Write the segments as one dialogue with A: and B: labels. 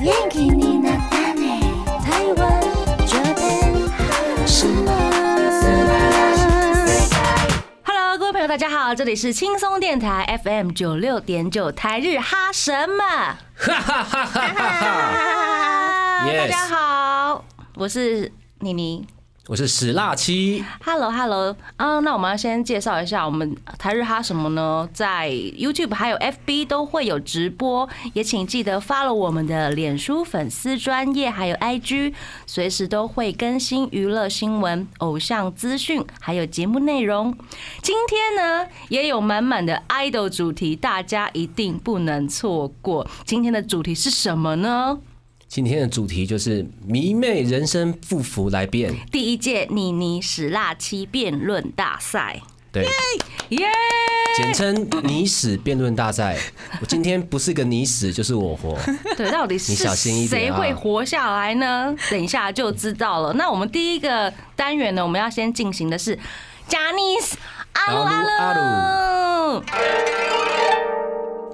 A: 元気になったね台湾上天是吗？
B: Hello，各位朋友，大家好，这里是轻松电台 FM 九六点九台日哈什么？
C: 哈哈哈哈哈！
B: 啊
C: Yes
B: 大家好，我是妮妮。
C: 我是史辣七，
B: Hello，Hello，啊那我们要先介绍一下，我们台日哈什么呢？在 YouTube 还有 FB 都会有直播，也请记得 follow 我们的脸书粉丝专业，还有 IG，随时都会更新娱乐新闻、偶像资讯，还有节目内容。今天呢，也有满满的 idol 主题，大家一定不能错过。今天的主题是什么呢？
C: 今天的主题就是迷妹人生不服来辩，
B: 第一届妮妮史辣七辩论大赛，
C: 对，
B: 耶、
C: 简称你死辩论大赛。我今天不是个你死就是我活，
B: 对，到底是
C: 你小心一
B: 谁
C: 点啊
B: 会活下来呢？等一下就知道了。那我们第一个单元呢，我们要先进行的是 j a n i c e 阿鲁阿鲁
C: 阿鲁
B: 阿鲁。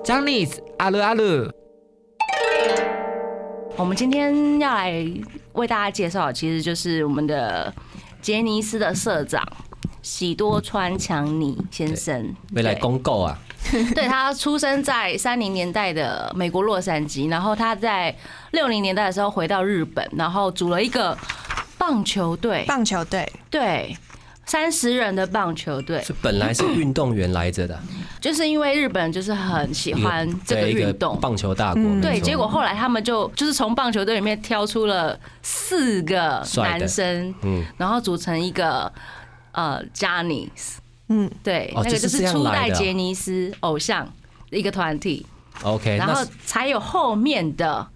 D: j o h n n y s 阿鲁阿鲁，
B: 我们今天要来为大家介绍，其实就是我们的杰尼斯的社长喜多川强尼先生。
C: 未来
B: 对
C: 公告啊，
B: 对他出生在三零年代的美国洛杉矶，然后他在六零年代的时候回到日本，然后组了一个棒球队，
E: 棒球队，
B: 对，三十人的棒球队，
C: 这本来是运动员来着的，
B: 就是因为日本就是很喜
C: 一
B: 欢这个
C: 对一
B: 运动。嗯
C: 棒球大国，没
B: 对，
C: 错
B: 结果后来他们就就是从棒球队里面挑出了四个
C: 帅的
B: 男生，
C: 嗯，
B: 然后组成一个呃 j a n i c e
E: 嗯，
B: 对，
C: 哦
B: 那个
C: 就
B: 就是是
C: 这样
B: 初
C: 来
B: 代
C: 的啊
B: 杰尼斯偶像一个团体，
C: ，OK，
B: 然
C: 那
B: 后
C: 是
B: 才有后面的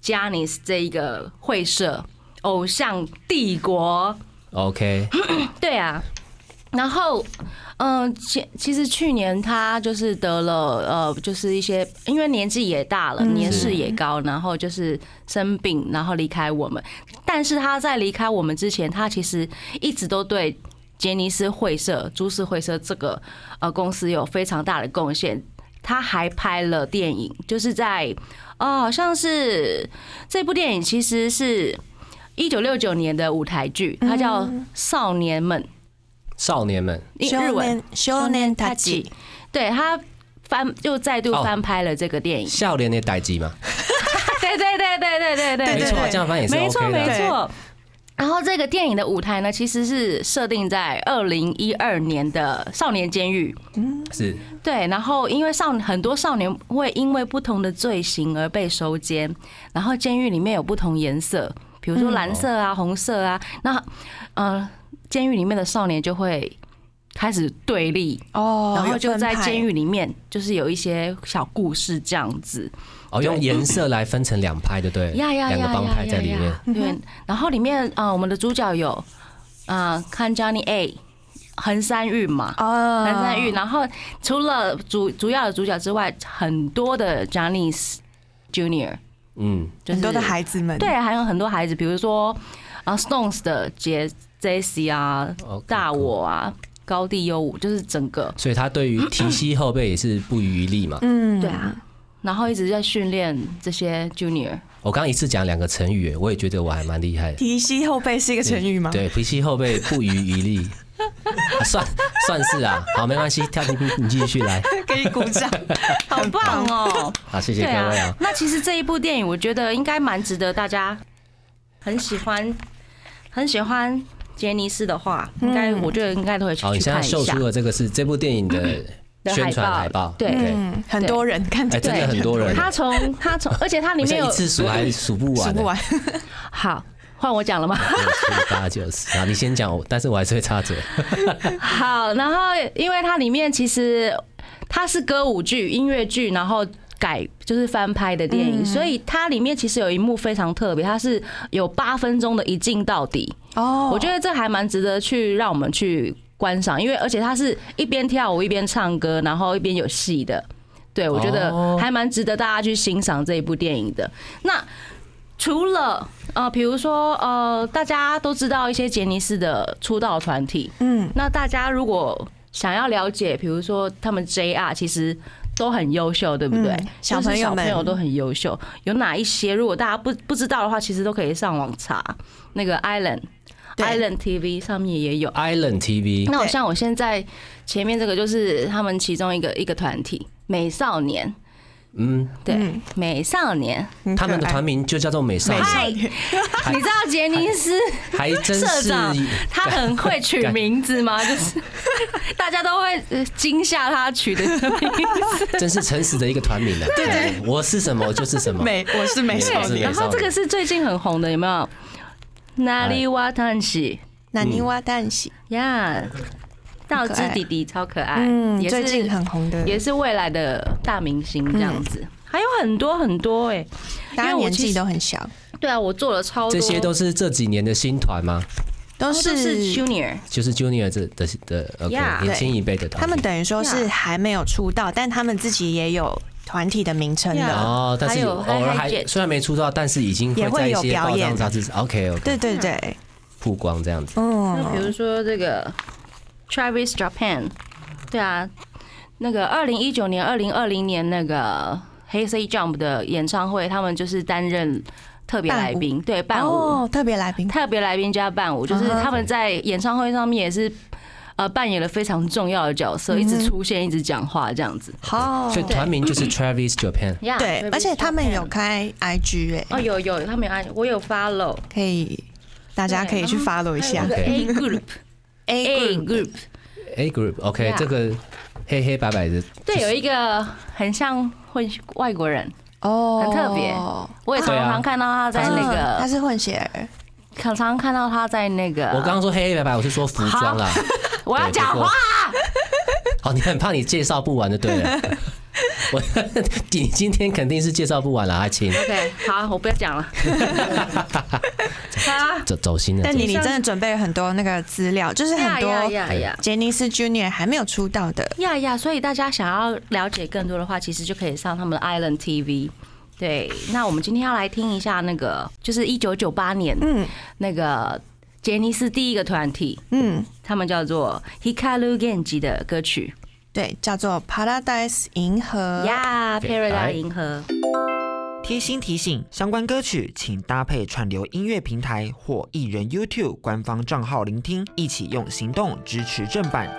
B: j a n i c e 这一个会社偶像帝国。
C: OK，
B: 对啊，然后，嗯、其其实去年他就是得了，呃，就是一些因为年纪也大了，年事也高，然后就是生病，然后离开我们。但是他在离开我们之前，他其实一直都对。杰尼斯会社、株式会社这个呃公司有非常大的贡献，他还拍了电影，就是在哦，好像是这部电影其实是一九六九年的舞台剧，它叫《少年们》，
C: 少年们
B: 因
E: 少
B: 日文
E: 年少年他己，，
B: 对他翻又再度
C: 哦
B: 翻拍了这个电影，
C: 笑脸的代际嘛，
B: 对对对对对对对
C: 没
B: 哎对
C: 错啊，
E: 对
C: 这样翻也是
B: 没错
C: OK 的
B: 没
C: 啊，
B: 错。然后这个电影的舞台呢，其实是设定在二零一二年的少年监狱。
C: 是
B: 对，然后因为少很多少年会因为不同的罪行而被收监，然后监狱里面有不同颜色，比如说蓝色
C: 哦
B: 啊、红色啊，那呃，监狱里面的少年就会开始对立，
E: 哦
B: 然后就在监
E: 狱，
B: 狱里面就是有一些小故事这样子，
C: 哦，用颜色来分成两派，对不对？
B: 呀呀呀
C: 两个帮
B: 呀
C: 派在
B: 呀
C: 里面。
B: 呀，
E: 嗯
B: 对，然后里面啊、呃我们的主角有啊看 Johnny A 横山玉嘛，
E: 哦，
B: 南山玉。然后除了主主要的主角之外，很多的 Johnny Junior，
C: 嗯，
B: 就是
E: 很多的孩子们，
B: 对，，还有很多孩子，比如说啊 Stones 的杰 Jesse 啊，
C: 哦
B: 大，我啊，高地优舞，就是整个
C: 所以他对于提携后辈也是不遗余力嘛。
E: 嗯，
B: 对啊，然后一直在训练这些 Junior。
C: 我刚刚一次讲两个成语，我也觉得我还蛮厉害的。
E: 提膝后背是一个成语吗？，
C: 对，提携后辈不遗余 力，啊算算是啊。好，没关系，跳你你你继续来。
E: 给你鼓掌，
B: 好棒 哦！
C: 好，谢谢
B: 对
C: 各位
B: 啊
C: 啊，。
B: 那其实这一部电影，我觉得应该蛮值得大家很喜欢，很喜欢杰尼斯的话，应该我觉得应该都会去
C: 好，你
B: 去
C: 现
B: 看
C: 在
B: 一
C: 秀
B: 下
C: 出。了这个是这部电影的
B: 嗯的
C: 宣传海报，
B: 对
E: 嗯，很多人看
C: 哎
E: 这
C: 真的
E: 个
C: 很多人，
B: 他从他从，而且它里 面
C: 我现在
B: 有
C: 一次数还数不
E: 数
C: 完
E: 不
C: 呢。
E: 完，
B: 好，换我讲了吗？
C: 六七八九十，好，你先讲，我但是我还是会插嘴。
B: 好，然后因为它里面其实它是歌舞剧、音乐剧，然后改就是翻拍的电影，所以它里面其实有一幕非常特别，它是有八分钟的一镜到底。
E: 哦，
B: 我觉得这还蛮值得去让我们去观赏，因为而且它是一边跳舞一边唱歌，然后一边有戏的。对，我觉得
C: 哦
B: 还蛮值得大家去欣赏这一部电影的。那除了呃，比如说呃，大家都知道一些杰尼斯的出道团体，
E: 嗯，
B: 那大家如果想要了解，比如说他们 JR，其实都很优秀，对不对？
E: 嗯
B: 就是
E: 小朋友们
B: 小朋友都很优秀，有哪一些？如果大家不不知道的话，其实都可以上网查那个 Island
E: 对
B: Island TV 上面也有。
C: Island TV，
B: 那我
E: 对
B: 像我现在前面这个就是他们其中一个一个团体美少年，
C: 嗯，
B: 对，
E: 嗯
B: 美少年。
E: 很可
C: 他们的
E: 爱
C: 团名就叫做美少
E: 美
C: 女，
E: 少 女，
B: 你知道杰尼斯
C: 还真
B: 社
C: 是
B: 长他很会取名字吗？就是大家都会呃惊吓他取的名字。
C: 真是诚实的一个团名啊！对对，我是什么我就是什么，
E: 美，我是美少
C: 是美
E: 女。
B: 然后这个是最近很红的，有没有？哪里哇叹息
E: 那泥蛙蛋喜，
B: 呀？道之弟弟超可爱，
E: 嗯，
B: 也
E: 最近
B: 是
E: 很红的，
B: 也是未来的大明星这样子，还有很多很多哎。
E: 大家
B: 因为我
E: 年
B: 其
E: 纪
B: 实
E: 都很小，
B: 对啊，我做了超多，
C: 这些都是这几年的新团吗？
E: 都
B: 都是
E: 是
B: Junior，
C: 就是 Junior 这的的 OK
B: Yeah
C: 年轻一辈的团体，
E: 他们等于说是
B: Yeah
E: 还没有出道，但他们自己也有团体的名称的。
B: Yeah
C: 哦，但是
B: 还有
C: 偶尔
B: Hi-Hi
C: 还
B: Jet
C: 虽然没出道，但是已经
E: 也
C: 会
E: 会
C: 在一
E: 有
C: 些
E: 表
C: 报
E: 演
C: 章杂志 OK OK
E: 对对对，
C: 曝光这样子。
B: 那比
E: 嗯，
B: 如说这个 Travis Japan，对啊，那个二零一九年、二零二零年那个 h e y s e Jump 的演唱会，他们就是担任特别来宾，对，伴舞、
E: 哦，特别来宾，
B: 特别来宾加伴舞，就是
E: 嗯哼
B: 他们在演唱会上面也是。呃，扮演了非常重要的角色，一
E: 嗯
B: 直出现，一直讲话，这样子。
E: 好
C: 所，以团名就是 Travis Japan，
B: Yeah,
E: 对，
B: Travis
E: 而且他们有
B: Japan
E: 开 IG
B: 哦，
E: 哎，
B: 有有，他们有按，我有 follow，
E: 可以，大家可以去
B: 对嗯
E: follow 一
B: 还
E: 下
B: 有那个 A group A
E: group
B: group，
C: A Group OK，
B: Yeah
C: 这个黑黑白白的，
B: 对，有一个很像混外国人，
E: 哦，
B: 很特别我也常
C: 对啊
B: 常看到他在那
E: 嗯他
B: 个，
E: 是混血儿，
B: 常常看到他在那个。
C: 我刚刚说黑黑白白，我是说服装啦。
B: 我要讲
C: 对不
B: 话
C: 过， 哦，你很怕你介绍不完就对了。我 你今天肯定是介绍不完了，阿青，
B: 对，好，我不要讲 了。他
C: 走走心了。
E: 但
C: 走
E: 你
C: 心
E: 你真的准备了很多那个资料，就是
B: 呀
E: 很
B: 呀
E: 多
B: 呀呀
E: 杰尼斯 Junior 还没有出道的，
B: 呀呀，所以大家想要了解更多的话，其实就可以上他们的 Island TV。对，那我们今天要来听一下那个，就是一九九八年
E: 嗯
B: 那个杰尼斯第一个团体，
E: 嗯，
B: 他们叫做 Hikaru Genji 的歌曲
E: 对，叫做 Paradise 银河
B: 《呀 Paradise
C: 来
B: 银河》。
D: 贴心提醒：相关歌曲请搭配串流音乐平台或艺人 YouTube 官方账号聆听，一起用行动支持正版。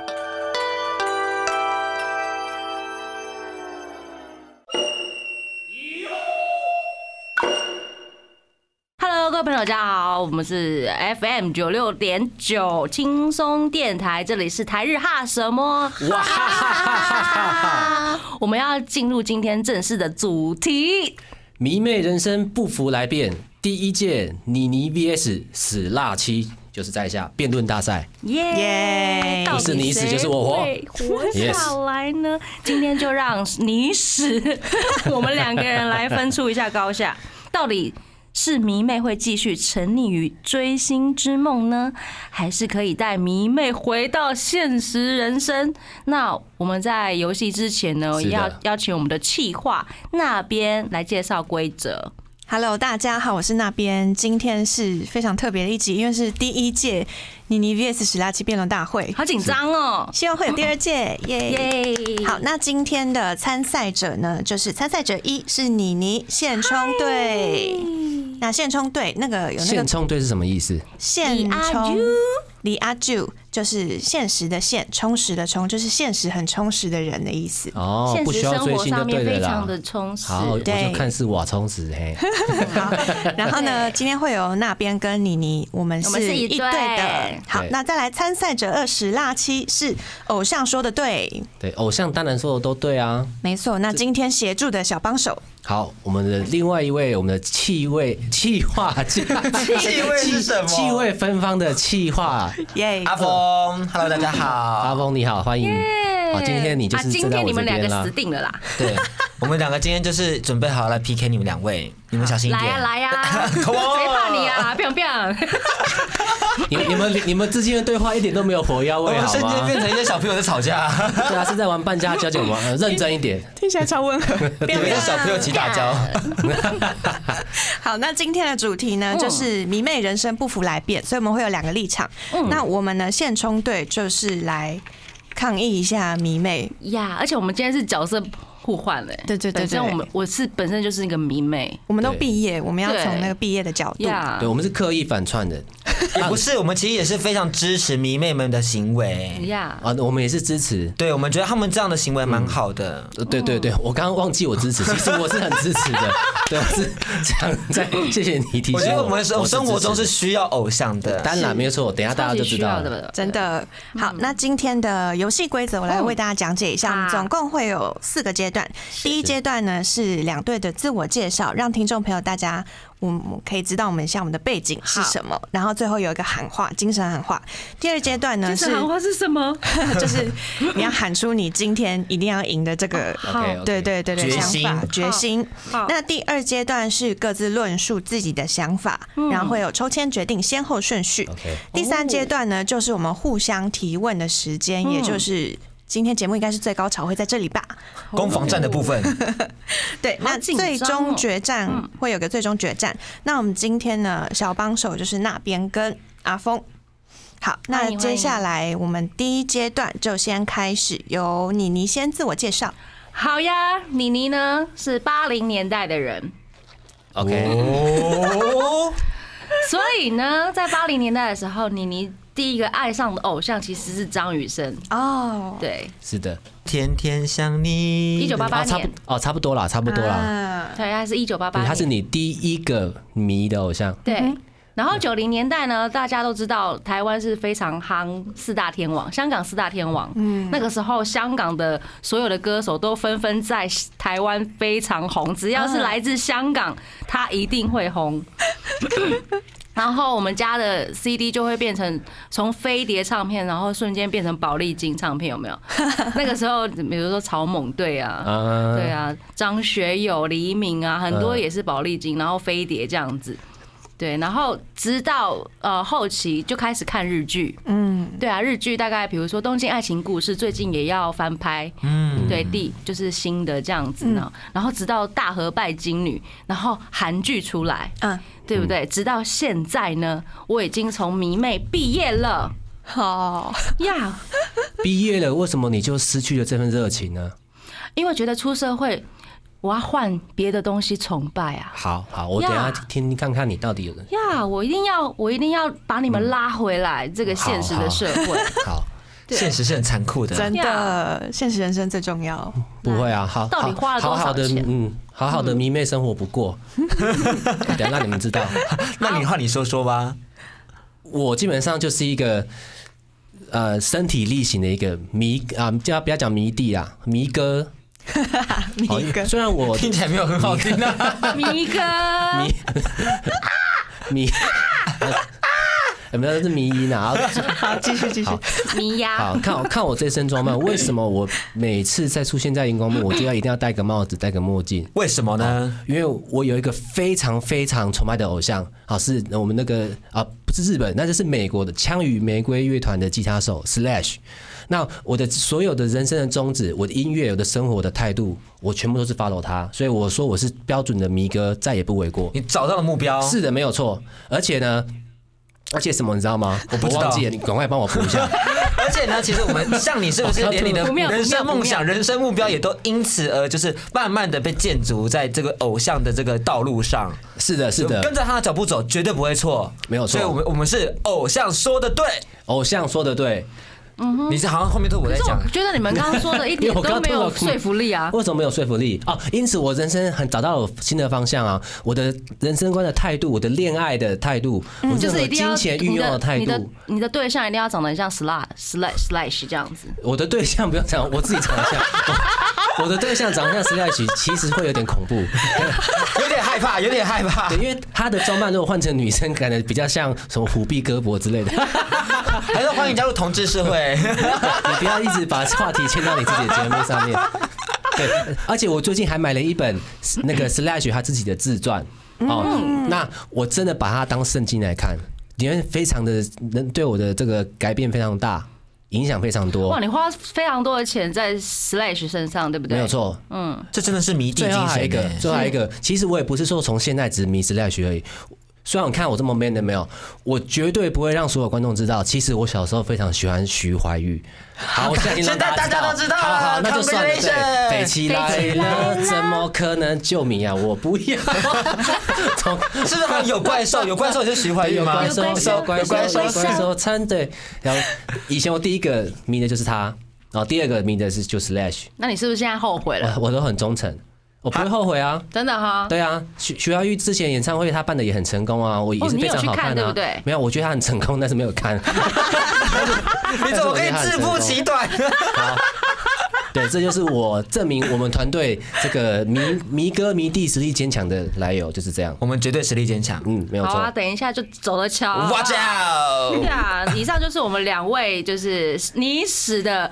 B: Hello，各位朋友，大家好，我们是 FM 九六点九轻松电台，这里是台日哈什么？哇哈哈！ 我们要进入今天正式的主题，
C: 迷妹人生不服来辩，第一届妮妮 VS 死辣七就是在下辩论大赛，
B: 耶！
E: 耶
B: 到底
C: 不是你死就是我活
B: 谁会活下来呢。今天就让你死， 我们两个人来分出一下高下，到底。是迷妹会继续沉溺于追星之梦呢，还是可以带迷妹回到现实人生？那我们在游戏之前呢，
C: 是的
B: 要邀请我们的企划那边来介绍规则。
E: Hello，大家好，我是那边。今天是非常特别的一集，因为是第一届妮妮 VS 史拉奇辩论大会，
B: 好紧张哦，
E: 希望会有第二届，耶！
B: 耶！
E: 好，那今天的参赛者呢，就是参赛者一是妮妮现充队，那现充队那个有那
C: 现
E: 个
C: 充队是什么意思？
E: 现
B: 李阿
E: 充
B: 啾
E: 李阿舅，就是现实的现，充实的充，就是现实很充实的人的 意思。
C: 哦，
B: 现
C: 不
B: 实
C: 需要
B: 生
C: 追
B: 活
C: 星就
B: 上面
C: 对了
B: 非常
C: 啦。
B: 的充实。
C: 好，我就
E: 对
C: 看是瓦充子嘿，
E: 好，然后 呢，
B: 对
E: 今天会有那边跟妮妮，我们
B: 我们是
E: 是
B: 一
E: 一
B: 对
E: 对的。好
C: 对，
E: 那再来参赛者二十辣七是偶像说的对，
C: 对，偶像当然说的都对啊。
E: 没错。那今天协助的小帮手，
C: 好，我们的另外一位，我们的气味气化气气
F: 味是什么
C: 气味芬芳的气化
E: 耶、
F: 阿峰，Hello，大家
C: 阿
F: 好。
C: 峰你好，欢迎。好，今天你就
B: 啊
C: 是
B: 今
C: 站在
B: 天
C: 我
B: 你
C: 这
B: 们两
C: 边
B: 个
C: 啦
B: 死。定了啦！
F: 对，我们两个今天就是准备好来 PK 你们两位，你们小心一
B: 来
F: 点。
B: 呀来啊呀， 谁
F: Come on
B: 怕你啊？不要不要！
C: 你你们你们之间的对话一点都没有火药
F: 我
C: 味，
F: 们
C: 好
F: 瞬间
C: 吗？
F: 变成一些小朋友在吵架，
C: 对啊，是在玩扮家家酒吗？呃认真一点。
E: 听起来超温和。
F: 你们是小朋友起打架。
E: 好，那今天的主题呢，
B: 嗯
E: 就是迷妹人生不服来辩，所以我们会有两个立场。
B: 嗯
E: 那我们呢，现充队就是来抗议一下迷妹。
B: 呀，而且我们今天是角色互换嘞、
E: 对对对
B: 本身
E: 对
B: 我们我是本身就是一个迷妹
E: 我们都
C: 对
E: 毕业，我们要
B: 对
E: 从那个毕业的角度。
B: 呀
F: 啊
C: 对，我们是刻意反串的
F: 也不是，我们其实也是非常支持迷妹们的行为。
B: 呀，
C: 啊，我们也是支持。
F: 对，我们觉得他们这样的行为蛮好的。
C: 呃对对对，我刚刚忘记我支持，其实我是很支持的。对，我是想在谢谢你提醒
F: 我觉得我们
C: 我
F: 生
C: 支持
F: 生活中是需要偶像的。
C: 当然没有错，等一下大家就
B: 超级
C: 知
B: 需
C: 道
B: 要
C: 了。
B: 的，
E: 真的
B: 嗯
E: 好，那今天的游戏规则我来为大家讲解一下，我们
B: 啊
E: 总共会有四个阶段。第一阶段呢是两队的自我介绍，让听众朋友大家我们可以知道我们像我们的背景是什么，然后最后有一个喊话，精神喊话。第二阶段呢
B: 精
E: 是
B: 神喊话是什么？
E: 就是你要喊出你今天一定要赢的这个
C: OK，OK
E: 对对对对
F: 决
E: 想
F: 心
E: 法决心。
B: 好
E: 那第二阶段是各自论述自己的想法，然后会有抽签决定先后顺序。
C: OK，
E: 第三阶段呢，就是我们互相提问的时间，也就是。今天节目应该是最高潮，会在这里吧？
F: 攻防战的部分，
E: 对，
B: 好
E: 那
B: 紧张哦嗯
E: 最终决战会有个最终决战。那我们今天呢，小帮手就是那边跟阿峰。好，那
B: 欢迎
E: 接下来我们第一阶段就先开始，由妮妮先自我介绍。
B: 好呀，妮妮呢是八零年代的人，
C: OK，
F: 哦
B: 所以呢，在八零年代的时候，妮妮第一个爱上的偶像其实是张雨生。
E: 哦，
B: 对，
C: 是的，
F: 天天想你。
B: 一九八八
C: 啊差不
B: 年，
C: 哦，差不多啦，差不多啦。
F: 啊
E: 啦，
B: 对，他是一九八八
C: 对，
B: 年，
C: 他是你第一个迷的偶像。
B: 对。然后九零年代呢，大家都知道台湾是非常夯四大天王，香港四大天王。嗯，那个时候香港的所有的歌手都纷纷在台湾非常红，只要是来自香港，他一定会红。然后我们家的 CD 就会变成从飞碟唱片，然后瞬间变成宝丽金唱片，有没有？那个时候，比如说草蜢队啊，
C: 啊，
B: 对啊，张学友、黎明啊，很多也是宝丽金，然后飞碟这样子。对，然后直到呃后期就开始看日剧，
E: 嗯，
B: 对啊，日剧大概比如说《东京爱情故事》最近也要翻拍，嗯，对，第就是新的这样子呢。
E: 嗯
B: 然后直到《大和拜金女》，然后韩剧出来，
E: 嗯，
B: 对不对？直到现在呢，我已经从迷妹毕业了
E: 好，
B: 呀，
C: 毕业了，为什么你就失去了这份热情呢？
B: 因为觉得出社会我要换别的东西崇拜啊。
C: 好好，我等一下
B: 呀
C: 听听看看你到 底有人
B: 呀我一定要，我一定要把你们拉回来这个现实的社会。
C: 嗯 好，
F: 现实是很残酷的。
E: 真的，现实人生最重要。
C: 不会啊，好，
B: 到底花了多
C: 好
B: 少
C: 好的，
B: 钱
C: 嗯，好好的迷妹生活不过， 等一下让你们知道，
F: 那你换你说说吧。
C: 我基本上就是一个呃身体力行的一个迷啊，叫不要讲迷弟啊，迷哥，
E: 你
C: 好
E: 一个
C: 虽然我
F: 听起来没有很好听啊。
B: 迷哥，
C: 迷， 有没有是迷音啊？
E: 好，继续继续。
B: 迷呀
C: 好，看我看我这身装扮，为什么我每次在出现在荧光幕，我就要一定要戴个帽子，戴个墨镜？
F: 为什么呢？
C: 因为我有一个非常非常崇拜的偶像，啊，是我们那个啊，不是日本，那就是美国的枪与玫瑰乐团的吉他手 Slash。那我的所有的人生的宗旨，我的音乐，我的生活我的态度，我全部都是 follow 他，所以我说我是标准的迷哥，再也不为过。
F: 你找到了目标，
C: 是的，没有错。而且呢，而且什么你知道吗？我
F: 不知道
C: 忘记了，你赶快帮我补一下。
F: 而且呢，其实我们像你，是 不是连你的
B: 不妙
F: 人生梦
B: 不
F: 想、人生目标也都因此而就是慢慢的被建筑在这个偶像的这个道路上？
C: 是的，是的，
F: 跟着他的脚步走，绝对不会错，
C: 没有错
F: 所以我们我们是偶像说的对，
C: 偶像说的对。
F: 你是好像后面都我在
B: 可是
F: 讲
B: 我。觉得你们刚刚说的一
C: 因为
B: 点
C: 我
B: 都
C: 刚
B: 没有说服力啊。
C: 为什么没有说服力哦，因此我人生很找到了新的方向啊！我的人生观的态度，我的恋爱的态度，我
B: 嗯就
C: 任
B: 是
C: 何
B: 一定要
C: 金钱运用的态
B: 你的你
C: 度
B: 的，你的对象一定要长得很像 slash slash slash 这样子，
C: 我的对象不用讲，我自己长 相，我我的对象长相实在起其实会有点恐怖，
F: 有点害怕，有点害怕
C: 对，。因为他的装扮如果换成女生，感觉比较像什么虎臂胳膊之类的。
F: 还是欢迎加入同志社 会。
C: 你不要一直把话题牵到你自己的节目上面。 对，而且我最近还买了一本那个 Slash 他自己的自传
B: 嗯
C: 哦，那我真的把它当圣经来看，里面非常的能对我的这个改变非常大，影响非常多
B: 哇，，你花非常多的钱在 slash 身上，对不对？
C: 没有。错。
F: 这真的是迷弟
C: 最后
F: 精
C: 还有一
F: 神
C: 个，
F: 欸。
C: 最后还有一个，其实我也不是说从现在只迷 Slash 而已。虽然你看我这么 man 的没有，我绝对不会让所有观众知道，其实我小时候非常喜欢徐怀钰。好，我现在已经让
F: 现在大家
C: 家
F: 都知道
C: 好好，那就算了。
F: Congratulations
C: 对，飞起来
B: 飞起来
C: 了，怎么可能？救命啊！我不要。从
F: 是不是好像有怪兽？有怪兽就是徐怀钰
C: 有
F: 吗？
C: 怪兽，有怪
F: 有
C: 兽，
F: 怪
C: 有
F: 兽，
C: 怪兽，参对。然后以前我第一个迷的就是他，然后第二个迷的是就是 Slash，
B: 那你是不是现在后悔了？
C: 我我都很忠诚，我不会后悔啊。
B: 真的哈，
C: 对啊，徐徐怀钰之前演唱会他办的也很成功啊，我也
B: 哦
C: 是
B: 你
C: 非
B: 有
C: 常
B: 去
C: 好
B: 看
C: 看
B: 对
C: 啊
B: 不对。
C: 没有，我觉得他很成功，但是没有看。
F: 你怎么可以自不其短？
C: 对，这就是我证明我们团队这个迷迷哥迷弟实力坚强的来由，就是这样。
F: 我们绝对实力坚强。
C: 嗯，没有
B: 好啊，
C: 错。
B: 等一下就走了瞧。
F: Watch
B: 对
F: out！
B: 啊，以上就是我们两位就是你使的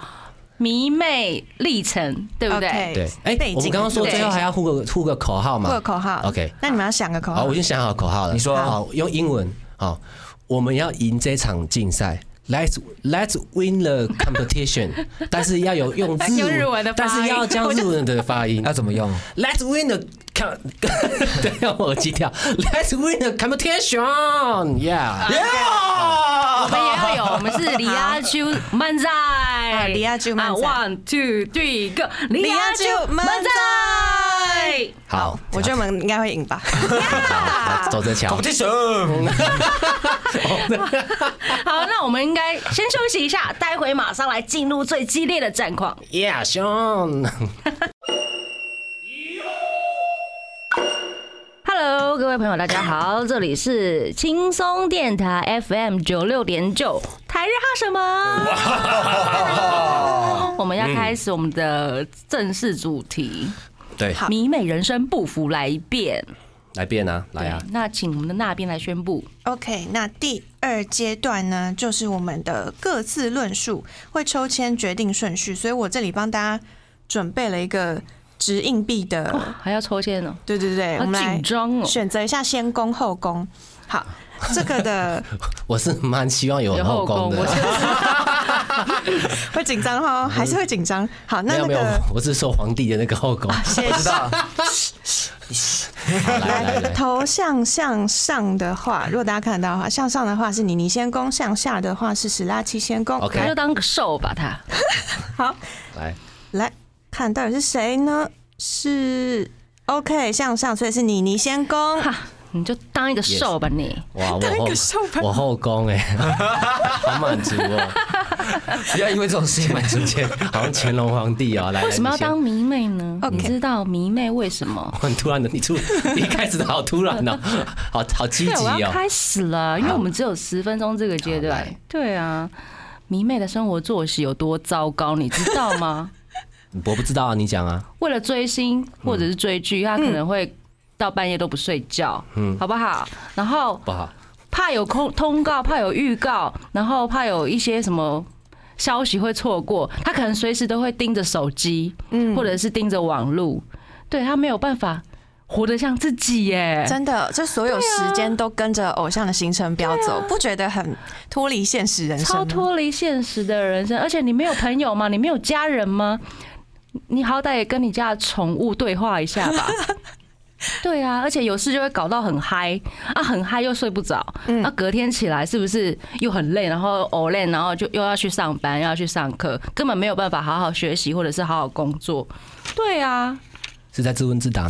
B: 迷妹历程，对不对
E: OK
C: 对，哎、
E: 背景
C: 我们刚刚说
B: 对
C: 最后还要呼个呼个口号嘛？
E: 或者口号。
C: OK
E: 那你们要想个口
C: 好，
E: 号
C: 我已。经想好口号了。
F: 你说
C: 好，用英文。好，我们要赢这场竞赛。Let's Let's win the competition，但是要有用日
B: 用
C: 文，
B: 日文的发
C: 但
B: 音
C: 是要将日文的发 音
F: 要。怎么用？
C: Let's win the com，对， 让我耳机掉。Let's win the competition，yeah。
B: 我们也要 有，我们是李亚秋漫
E: 啊
B: 在，
E: 李亚秋漫才
B: 啊，one two three go，李亚秋漫
E: 漫
B: 在，
C: 好，
E: 我觉得我们应该会赢吧。
C: 好走着瞧。
F: Competition，
B: 好，那我们应该先休息一下，待会马上来进入最激烈的战况。
C: Yeah，Sean。
B: Hello，各位朋友，大家好，这里是轻松电台 FM 九六点九，台日哈什么？我们要开始我们的正式主题，
C: 对，
E: 好
B: 迷美人生不服来一遍。
C: 来变啊，来啊
B: 对。那请我们的那边来宣布。
E: OK，那第二阶段呢，就是我们的各自论述会抽签决定顺序，所以我这里帮大家准备了一个掷硬币
B: 哇
E: 的，
B: 还要抽签哦，
E: 对对哎对，我
B: 好
E: 们来
B: 紧张哦。
E: 选择一下先攻后攻。好，这个 的
C: 我是蛮希望有
B: 有
C: 后宫
B: 我
C: 的。
E: 会紧张哦，还是会紧张。好，那
C: 没
E: 那
C: 有没有
E: 个，
C: 我是说皇帝的那个后
B: 啊
C: 宫。
E: 谢
F: 知
E: 谢。
F: 道？
C: 好来来
E: 来，
C: 来，
E: 头向向上的话，如果大家看得到的话，向上的话是妮妮先攻，向下的话是史拉七先攻。
C: OK
B: 他就当个兽吧，他
E: 好，
C: 来，
E: 来看到底是谁呢？是 OK 向上，所以是妮妮先攻。
B: 哈，你就当一个兽吧你。
C: 哇，我
E: 当一
C: 后
E: 个兽吧
C: 我后宫哎， 好满足哦，
F: 不要因为这种事情满足。
C: 乾好像乾隆皇帝哦，来，
B: 为什么要
C: 来
B: 当迷妹呢？
E: OK
B: 你知道迷妹为什么？
C: 你先很突然的，你突你一开始的好突然哦，好好积
B: 对，啊
C: 极
B: 我要
C: 哦，
B: 开始了，因为我们只有十分钟这个阶
C: 好
B: 段
C: 来。
B: 对啊，迷妹的生活作息有多糟糕，你知道 吗？
C: 我不知道啊，你讲啊，
B: 为了追星或者是追剧，她可能
C: 嗯
B: 会到半夜都不睡觉，好不好？然后
C: 不好，
B: 怕有通通告，怕有预告，然后怕有一些什么。消息会错过，她可能随时都会盯着手机，嗯，或者是盯着网路，对她没有办法活得像自己耶。
E: 真的，这所有时间都跟着偶像的行程表走，不觉得很脱离现实人生吗？
B: 啊超脱离现实的人生，而且你没有朋友吗？你没有家人吗？你好歹也跟你家的宠物对话一下 吧。对啊，而且有事就会搞到很嗨啊，很嗨又睡不着，那、
E: 嗯
B: 隔天起来是不是又很累，然后偶累，然后就又要去上班，又要去上课，根本没有办法好好学习或者是好好工作。对啊，
C: 是在自问自答 吗？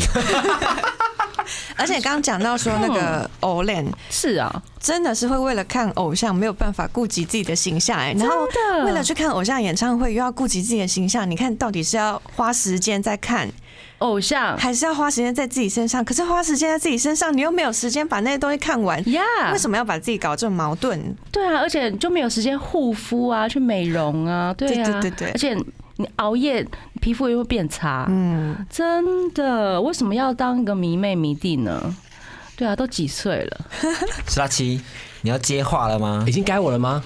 E: 而且刚刚讲到说那
B: 嗯
E: 个 Olen
B: 是啊，
E: 真的是会为了看偶像没有办法顾及自己的形象哎、然后
B: 真的
E: 为了去看偶像演唱会又要顾及自己的形象，你看到底是要花时间在看，
B: 偶像
E: 还是要花时间在自己身上？可是花时间在自己身上，你又没有时间把那些东西看完，
B: 呀
E: 为什么要把自己搞这么矛盾？
B: 对啊，而且你就没有时间护肤啊，去美容啊，对啊，
E: 对对对对
B: 而且你熬夜，皮肤也会变差。嗯，真的，为什么要当一个迷妹迷弟呢？对啊，都几岁了，
F: 十拉七，你要接话了吗
C: 已？经该我了吗？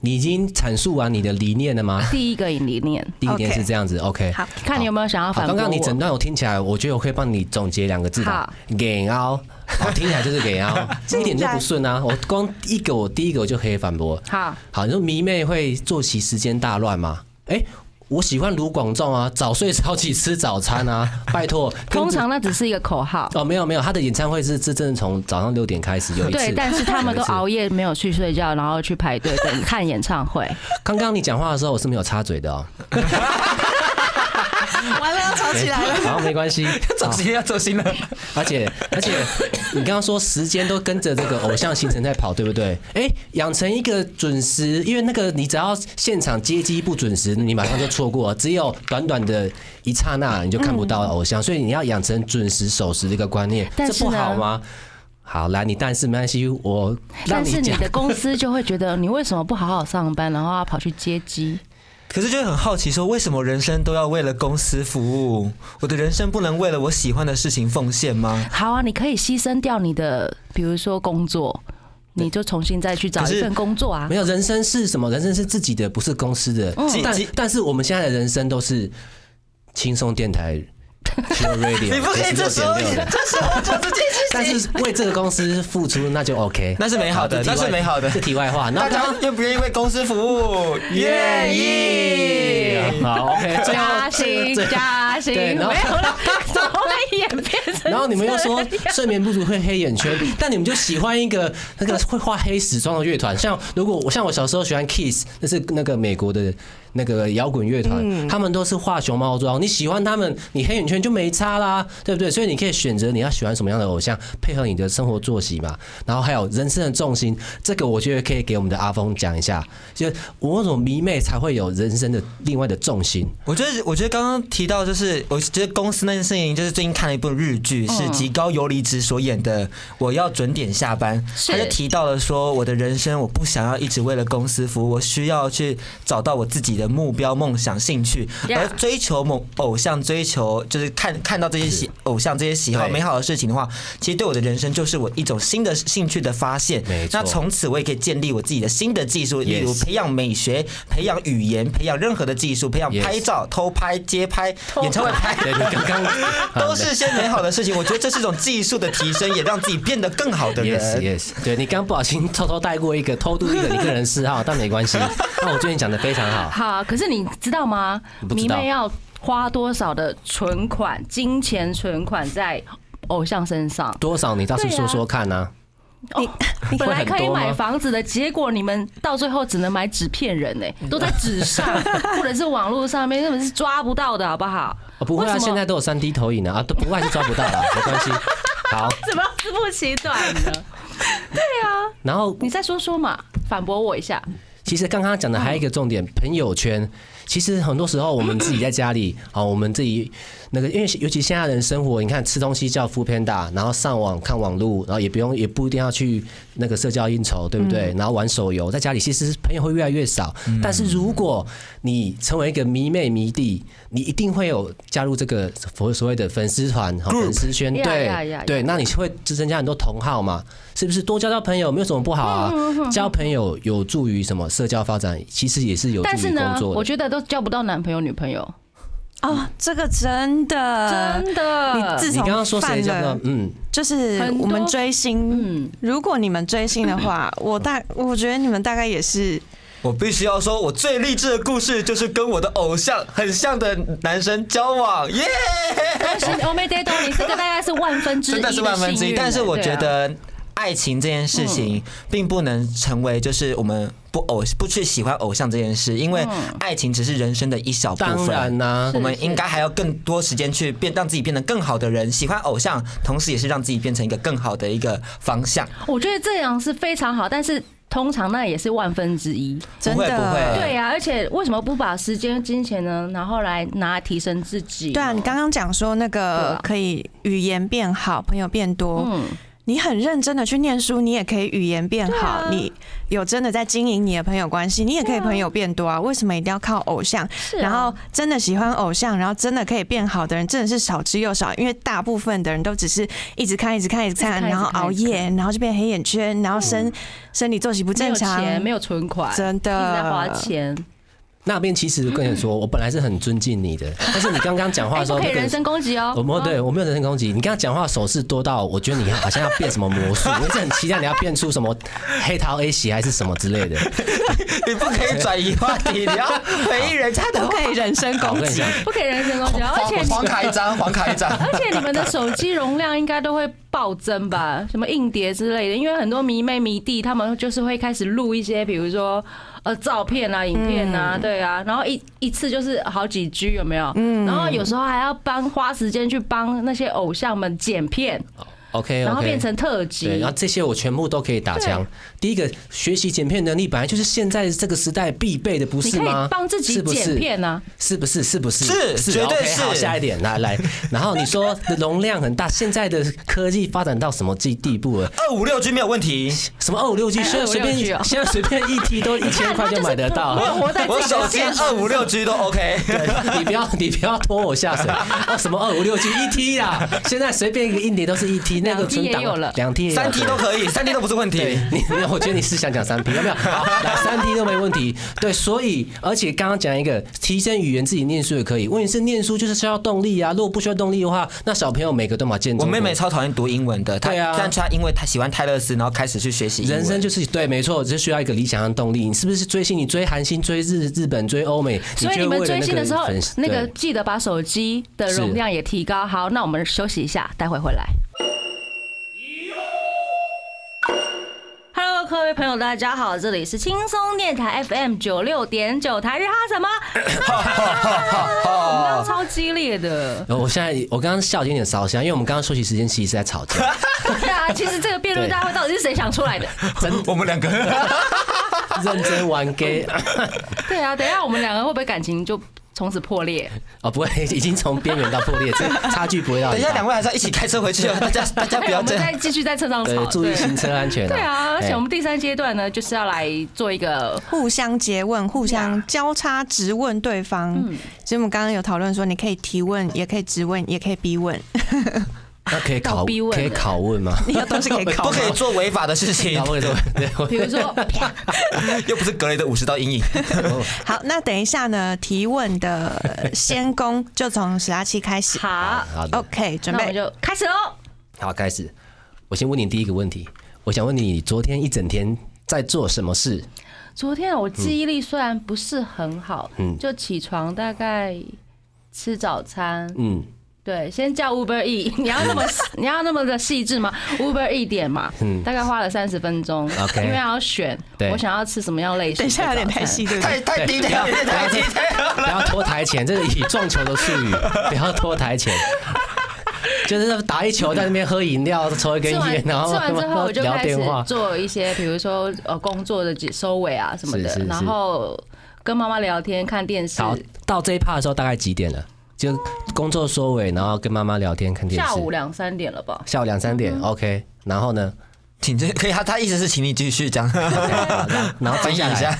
C: 你已经阐述完你的理念了 吗？
B: 第一个理念，
C: 第一点
E: OK
C: 是这样子，OK。
E: 好，
B: 看你有没有想要
C: 好，
B: 反
C: 刚
B: 驳
C: 刚你整
B: 我。
C: 段我听起来，我觉得我可以帮你总结两个字吧
B: 好，
C: 给 凹。好，听起来就是给凹，一点就不顺啊！我光一个，我第一个我就可以反驳。
B: 好，
C: 好，你说迷妹会作息时间大乱吗？哎、我喜欢卢广仲啊，早睡早起吃早餐啊， 拜托。跟
B: 通常那只是一个口号。
C: 哦，没有没有，他的演唱会是是真的从早上六点开始，有一次。
B: 对，但是他们都
C: 有一次
B: 熬夜，没有去睡觉，然后去排队等看演唱会。
C: 刚刚你讲话的时候，我是没有插嘴的哦。
E: 完了要吵起来了。
C: 哎好，没 关系。啊
F: 走心 要走心了，
C: 而且而且，你刚刚说时间都跟着这个偶像行程在跑，对不对？哎、养成一个准时，因为那个你只要现场接机不准时，你马上就错过，只有短短的一刹那你就看不到偶像，所以你要养成准时守时的一个观念，
B: 嗯但
C: 这
B: 是
C: 不
B: 呢
C: 好吗？好，来，你但是没关系，我 让
B: 但
C: 你
B: 是你
C: 讲。
B: 的公司就会觉得你为什么不好好上班，然后要跑去接机？
F: 可是就会很好奇，说为什么人生都要为了公司服务？我的人生不能为了我喜欢的事情奉献吗？
B: 好啊，你可以牺牲掉你的，比如说工作，你就重新再去找
F: 可是
B: 一份工作啊
C: 没。有人生是什么？人生是自己的，不是公司的。
F: 鸡
C: 但
F: 鸡
C: 但是我们现在的人生都是轻松电 台，Chill Radio，
F: 你不可以这时候
C: 96.6的
F: 这时候做这件 事
C: 但是为这个公司付出，那就 OK，
F: 那是美好的
C: 这题外
F: 那是美好的
C: 这题外话。那
F: 大家愿不愿意为公司服务？愿意。
C: 好 OK，最后
B: 加薪
C: 最
B: 加薪，
C: 对
B: 没
C: 然
B: 有
C: 后
B: 了，怎么会演变 成这样？
C: 然后你们又说睡眠不足会黑眼圈， 但你们就喜欢一个那个会画黑时装的乐团，像如果我像我小时候喜欢 Kiss，那是那个美国的那个摇滚乐团，他们都是画熊猫装。你喜欢他们，你黑眼圈就没差啦，对不对？所以你可以选择你要喜欢什么样的偶像，配合你的生活作息嘛。然后还有人生的重心，这个我觉得可以给我们的阿峰讲一下，就是我那种迷妹才会有人生的另外的重心。
F: 我觉得，我觉得刚刚提到就是，我觉得公司那件事情，就是最近看了一部日剧，是
B: 嗯
F: 吉高由里子所演的《我要准点下班》，
B: 是
F: 他就提到了说，我的人生我不想要一直为了公司服务，我需要去找到我自己的目标、梦想、兴趣，
B: Yeah
F: 而追求某偶像，追求就是看看到这些喜偶像这些喜好
C: 对
F: 美好的事情的话，其实对我的人生就是我一种新的兴趣的发现
C: 没。错
F: 那从此我也可以建立我自己的新的技术，例如
C: Yes
F: 培养美学、培养语言、培养任何的技术、培养
C: Yes
F: 拍照、偷拍、街拍、演唱会拍。
C: 对你刚 刚
F: 都是些美好的事情，我觉得这是一种技术的提升，也让自己变得更好的
C: Yes,
F: 人。
C: yes，对你刚刚不小心偷偷带过一个偷渡一个你个人嗜好，但 没关系。那我最近讲的非常好，
B: 好，可是你知道吗？
C: 不知
B: 迷
C: 道
B: 妹要花多少的存款、金钱存款在偶像身上？
C: 多少你倒是说说看啊呢、
B: 哦，本来可以
C: 会很多
B: 买
C: 吗
B: 房子的，结果你们到最后只能买纸骗人 呢、都在纸上或者是网络上面，根本是抓不到的，好不好？
C: 哦不会
B: 为
C: 啊，
B: 什么
C: 现在都有三 D 投影啊，啊，都不会是抓不到了，没关系。好，
B: 怎么自不其短呢？
C: 然后
B: 你再说说嘛，反驳我一下。
C: 其实刚刚讲的还有一个重点，朋友圈。其实很多时候我们自己在家里，好，我们自己那个，因为尤其现在人生活，你看吃东西叫 f o o Panda，然后上网看网络，然后也不用也不一定要去那个社交应酬，对不对？然后玩手游，在家里其实朋友会越来越少。但是如果你成为一个迷妹迷弟，你一定会有加入这个所所谓的粉丝团、好粉丝圈，
B: Yeah,
C: 对
B: yeah, yeah,
C: 对，那你会增加很多同好嘛？是不是多交交朋友没有什么不好
B: 嗯
C: 啊？交朋友有助于什么社交发展，其实也是有
B: 但
C: 助
B: 是
C: 于工
B: 呢，
C: 作
B: 我
C: 的。
B: 觉得都交不到男朋友、女朋友，
E: 哦，这个真的，
B: 真的。
E: 呃自
C: 你
E: 从
C: 刚刚说谁
E: 犯
C: 叫做
E: 了，
C: 嗯，
E: 就是
B: 很多
E: 我们追星。
B: 嗯，
E: 如果你们追星的话，我大我觉得你们大概也是
F: 我必须要说，我最励志的故事就是跟我的偶像很像的男生交往，耶、
B: 但是 o m e d a d o 你这个大概是万分之一，
F: 真的是万分之一。
B: 啊
F: 但是我觉。得爱情这件事情并不能成为就是我们不偶不去喜欢偶像这件事，因为爱情只是人生的一小部
C: 当然
F: 分。
C: 啦、
F: 我们应该还要更多时间去变，让自己变得更好的人。喜欢偶像，同时也是让自己变成一个更好的一个方向。
B: 我觉得这样是非常好，但是通常那也是万分之一。
E: 真
F: 不会不会
E: 的。
B: 对啊呀、而且为什么不把时间、金钱呢，然后来拿来提升自己？
E: 对啊，你刚刚讲说那
B: 嗯对
E: 个
B: 啊
E: 可以语言变好，朋友变多，
B: 嗯，
E: 你很认真的去念书，你也可以语言变好，
B: 啊
E: 你有真的在经营你的朋友关系，你也可以朋友变多啊。为什么一定要靠偶像？
B: 是啊、
E: 然后真的喜欢偶像，然后真的可以变好的人，真的是少之又少，因为大部分的人都只是一直看、一直看、一直
B: 一直
E: 看，嗯
B: 看
E: 然后
B: 一直看
E: 熬夜，然后就变黑眼圈，然后生生理作息不
B: 没
E: 正
B: 有
E: 常，
B: 钱，没有存款，
E: 真
B: 一直在花
E: 的
B: 钱。
C: 那边其实跟你说，我本来是很尊敬你的， 但是你刚刚讲话
B: 哎，
C: 的时
B: 不
C: 候，
B: 可以
C: 那个
B: 人身攻击哦。
C: 我没有
B: 哦
C: 对我没有人身攻击，你刚刚讲话手势多到，我觉得你好像要变什么 魔术，我一直很期待你要变出什么黑桃 A 血还是什么之类的。
F: 你不可以转移话题，你要回应人家的
E: 不
F: 话。
E: 可 以人身
C: 好，我
E: 攻
C: 跟你
E: 击
C: 讲，，
B: 不可以人身攻击哦，而且
F: 黄黄卡一张，黄卡一张。
B: 而且你们的手机容量应该都会暴增吧？什么硬碟之类的，因为很多迷妹迷弟他们就是会开始录一些，比如说呃照片啊、影片
C: 嗯
B: 啊，对啊，然后一一次就是好几 G 有没有？
C: 嗯
B: 然后有时候还要帮花时间去帮那些偶像们剪片，
C: 哦 OK，
B: 然后
C: OK
B: 变成特
C: 对，
B: 辑
C: 然后。这些我全部都可以打枪
B: 对。
C: 第一个，学习剪片能力本来就是现在这个时代必备的，不
B: 你
C: 是
B: 可以
C: 吗？
B: 帮自己
C: 是不是
B: 剪片啊，
C: 是不是？是不是？
F: 是绝对
C: OK，好，
F: 是
C: 下一点，来来。然后你说容量很大，现在的科技发展到什么地地步了？
F: 二五六 G 没有问题，
C: 什么二五六 G，
B: 哎
C: 现在随
B: 256 G 哦
C: 便现在随便一 T 都一千块就买得到。
B: 我活在自
F: 我
B: 己的
F: 手机
B: 现实
F: 二五六 G 都 OK。
C: 你不要你不要拖我下水，啊、什么二五六 G 一 T 啦，现在随便一个硬碟都是一 E T，那个
B: 2T
C: 存档
B: 也有了
C: 两 T 也有
F: 三 T 都可以，三 T 都不是问
C: 对
F: 题。
C: 你，你我觉得你是想讲三 P 有没有？好，来三 P 都没问题。对，所以而且刚刚讲一个提升语言，自己念书也可以。问题是念书就是需要动力啊，如果不需要动力的话，那小朋友每个都马见
F: 我
C: 中国
F: 妹妹超讨厌读英文的，她
C: 对啊
F: 但她因为她喜欢泰勒斯，然后开始去学习英文
C: 人生就是对，没错，只需要一个理想和动力。你是不是追星？你追韩星、追日日本、追欧美，
B: 所以
C: 就
B: 你
C: 会
B: 们
C: 为了
B: 追星的时候
C: 粉丝，
B: 那个
C: 对
B: 记得把手机的容量也提高。好，那我们休息一下，待会回来。Hello，各位朋友，大家好，这里是轻松电台 FM 九六点九台日哈什么？ 我们刚刚超激烈的，
C: 呃我现在我刚刚笑得有点烧香，因为我们刚刚休息时间其实是在吵架。
B: 对啊，其实这个辩论大会到底是谁想出来 的？
F: 我们 两个
C: 认真玩 gay
B: 对啊，等一下我们两个会不会感情就从此破裂？
C: 哦，不会，已经从边缘到破裂，这差距不会到
F: 等
C: 很大。
F: 一下两位还是要一起开车回去哦，大家大家不
B: 对，
F: 要
B: 哎我们
F: 这样
B: 再。继续在车上吵
C: 对，，注意
B: 对
C: 行车安全、
B: 对啊，而且
C: 哎
B: 我们第三阶段呢，就是要来做一个
E: 互相诘问、互相交叉质问对方。其实我们刚刚有讨论说，你可以提问，也可以质问，也可以逼 问，
C: 那可以
B: 到
C: 拷
B: 逼问
C: 可以
B: 了
C: 拷 问吗？
E: 你有东西可以考
F: 不。可以做违法的事情
C: 拷，问对对，
B: 比如说，
F: 又不是格雷的五十道阴 影。
E: 好，那等一下呢？提问的呃先攻就从十拉七开始。
B: 好，
C: 好的，
E: OK，准
B: 那我们
E: 备。
B: 就开始喽。
C: 好，开始。我先问你第一个问题，我想问你昨天一整天在做什么事？
B: 昨天我记忆力虽然不是很好，
C: 嗯
B: 就起床大概吃早餐，
C: 嗯
B: 对，先叫 Uber E，你 要那么你要那么的细致吗？Uber E 点嘛，大概花了三十分钟
C: OK
B: 因为要选
C: 对
B: 我想要吃什么样类型。
E: 等一下有点太。细，对不对？
F: 太太低调，太低调。
C: 不要拖台前，这 是以撞球的术语，不要拖台前。 就是打一球，在那边喝饮料、抽一根
B: 吃完
C: 烟，
B: 吃
C: 然后
B: 完之后，我就
C: 聊
B: 开始
C: 电话。
B: 做一些，比如说呃工作的收尾啊什么
C: 是是
B: 的，
C: 是
B: 然后跟妈妈聊天、看电视。
C: 好，到这一趴的时候大概几点了？就工作收尾，然后跟妈妈聊天、看电视。
B: 下午两三点了吧？
C: 下午两三点、o k 然后呢？
F: 请这可以，他他意思是请你继续 讲，
C: 然后接
F: 翻译一
C: 下来，
F: 下。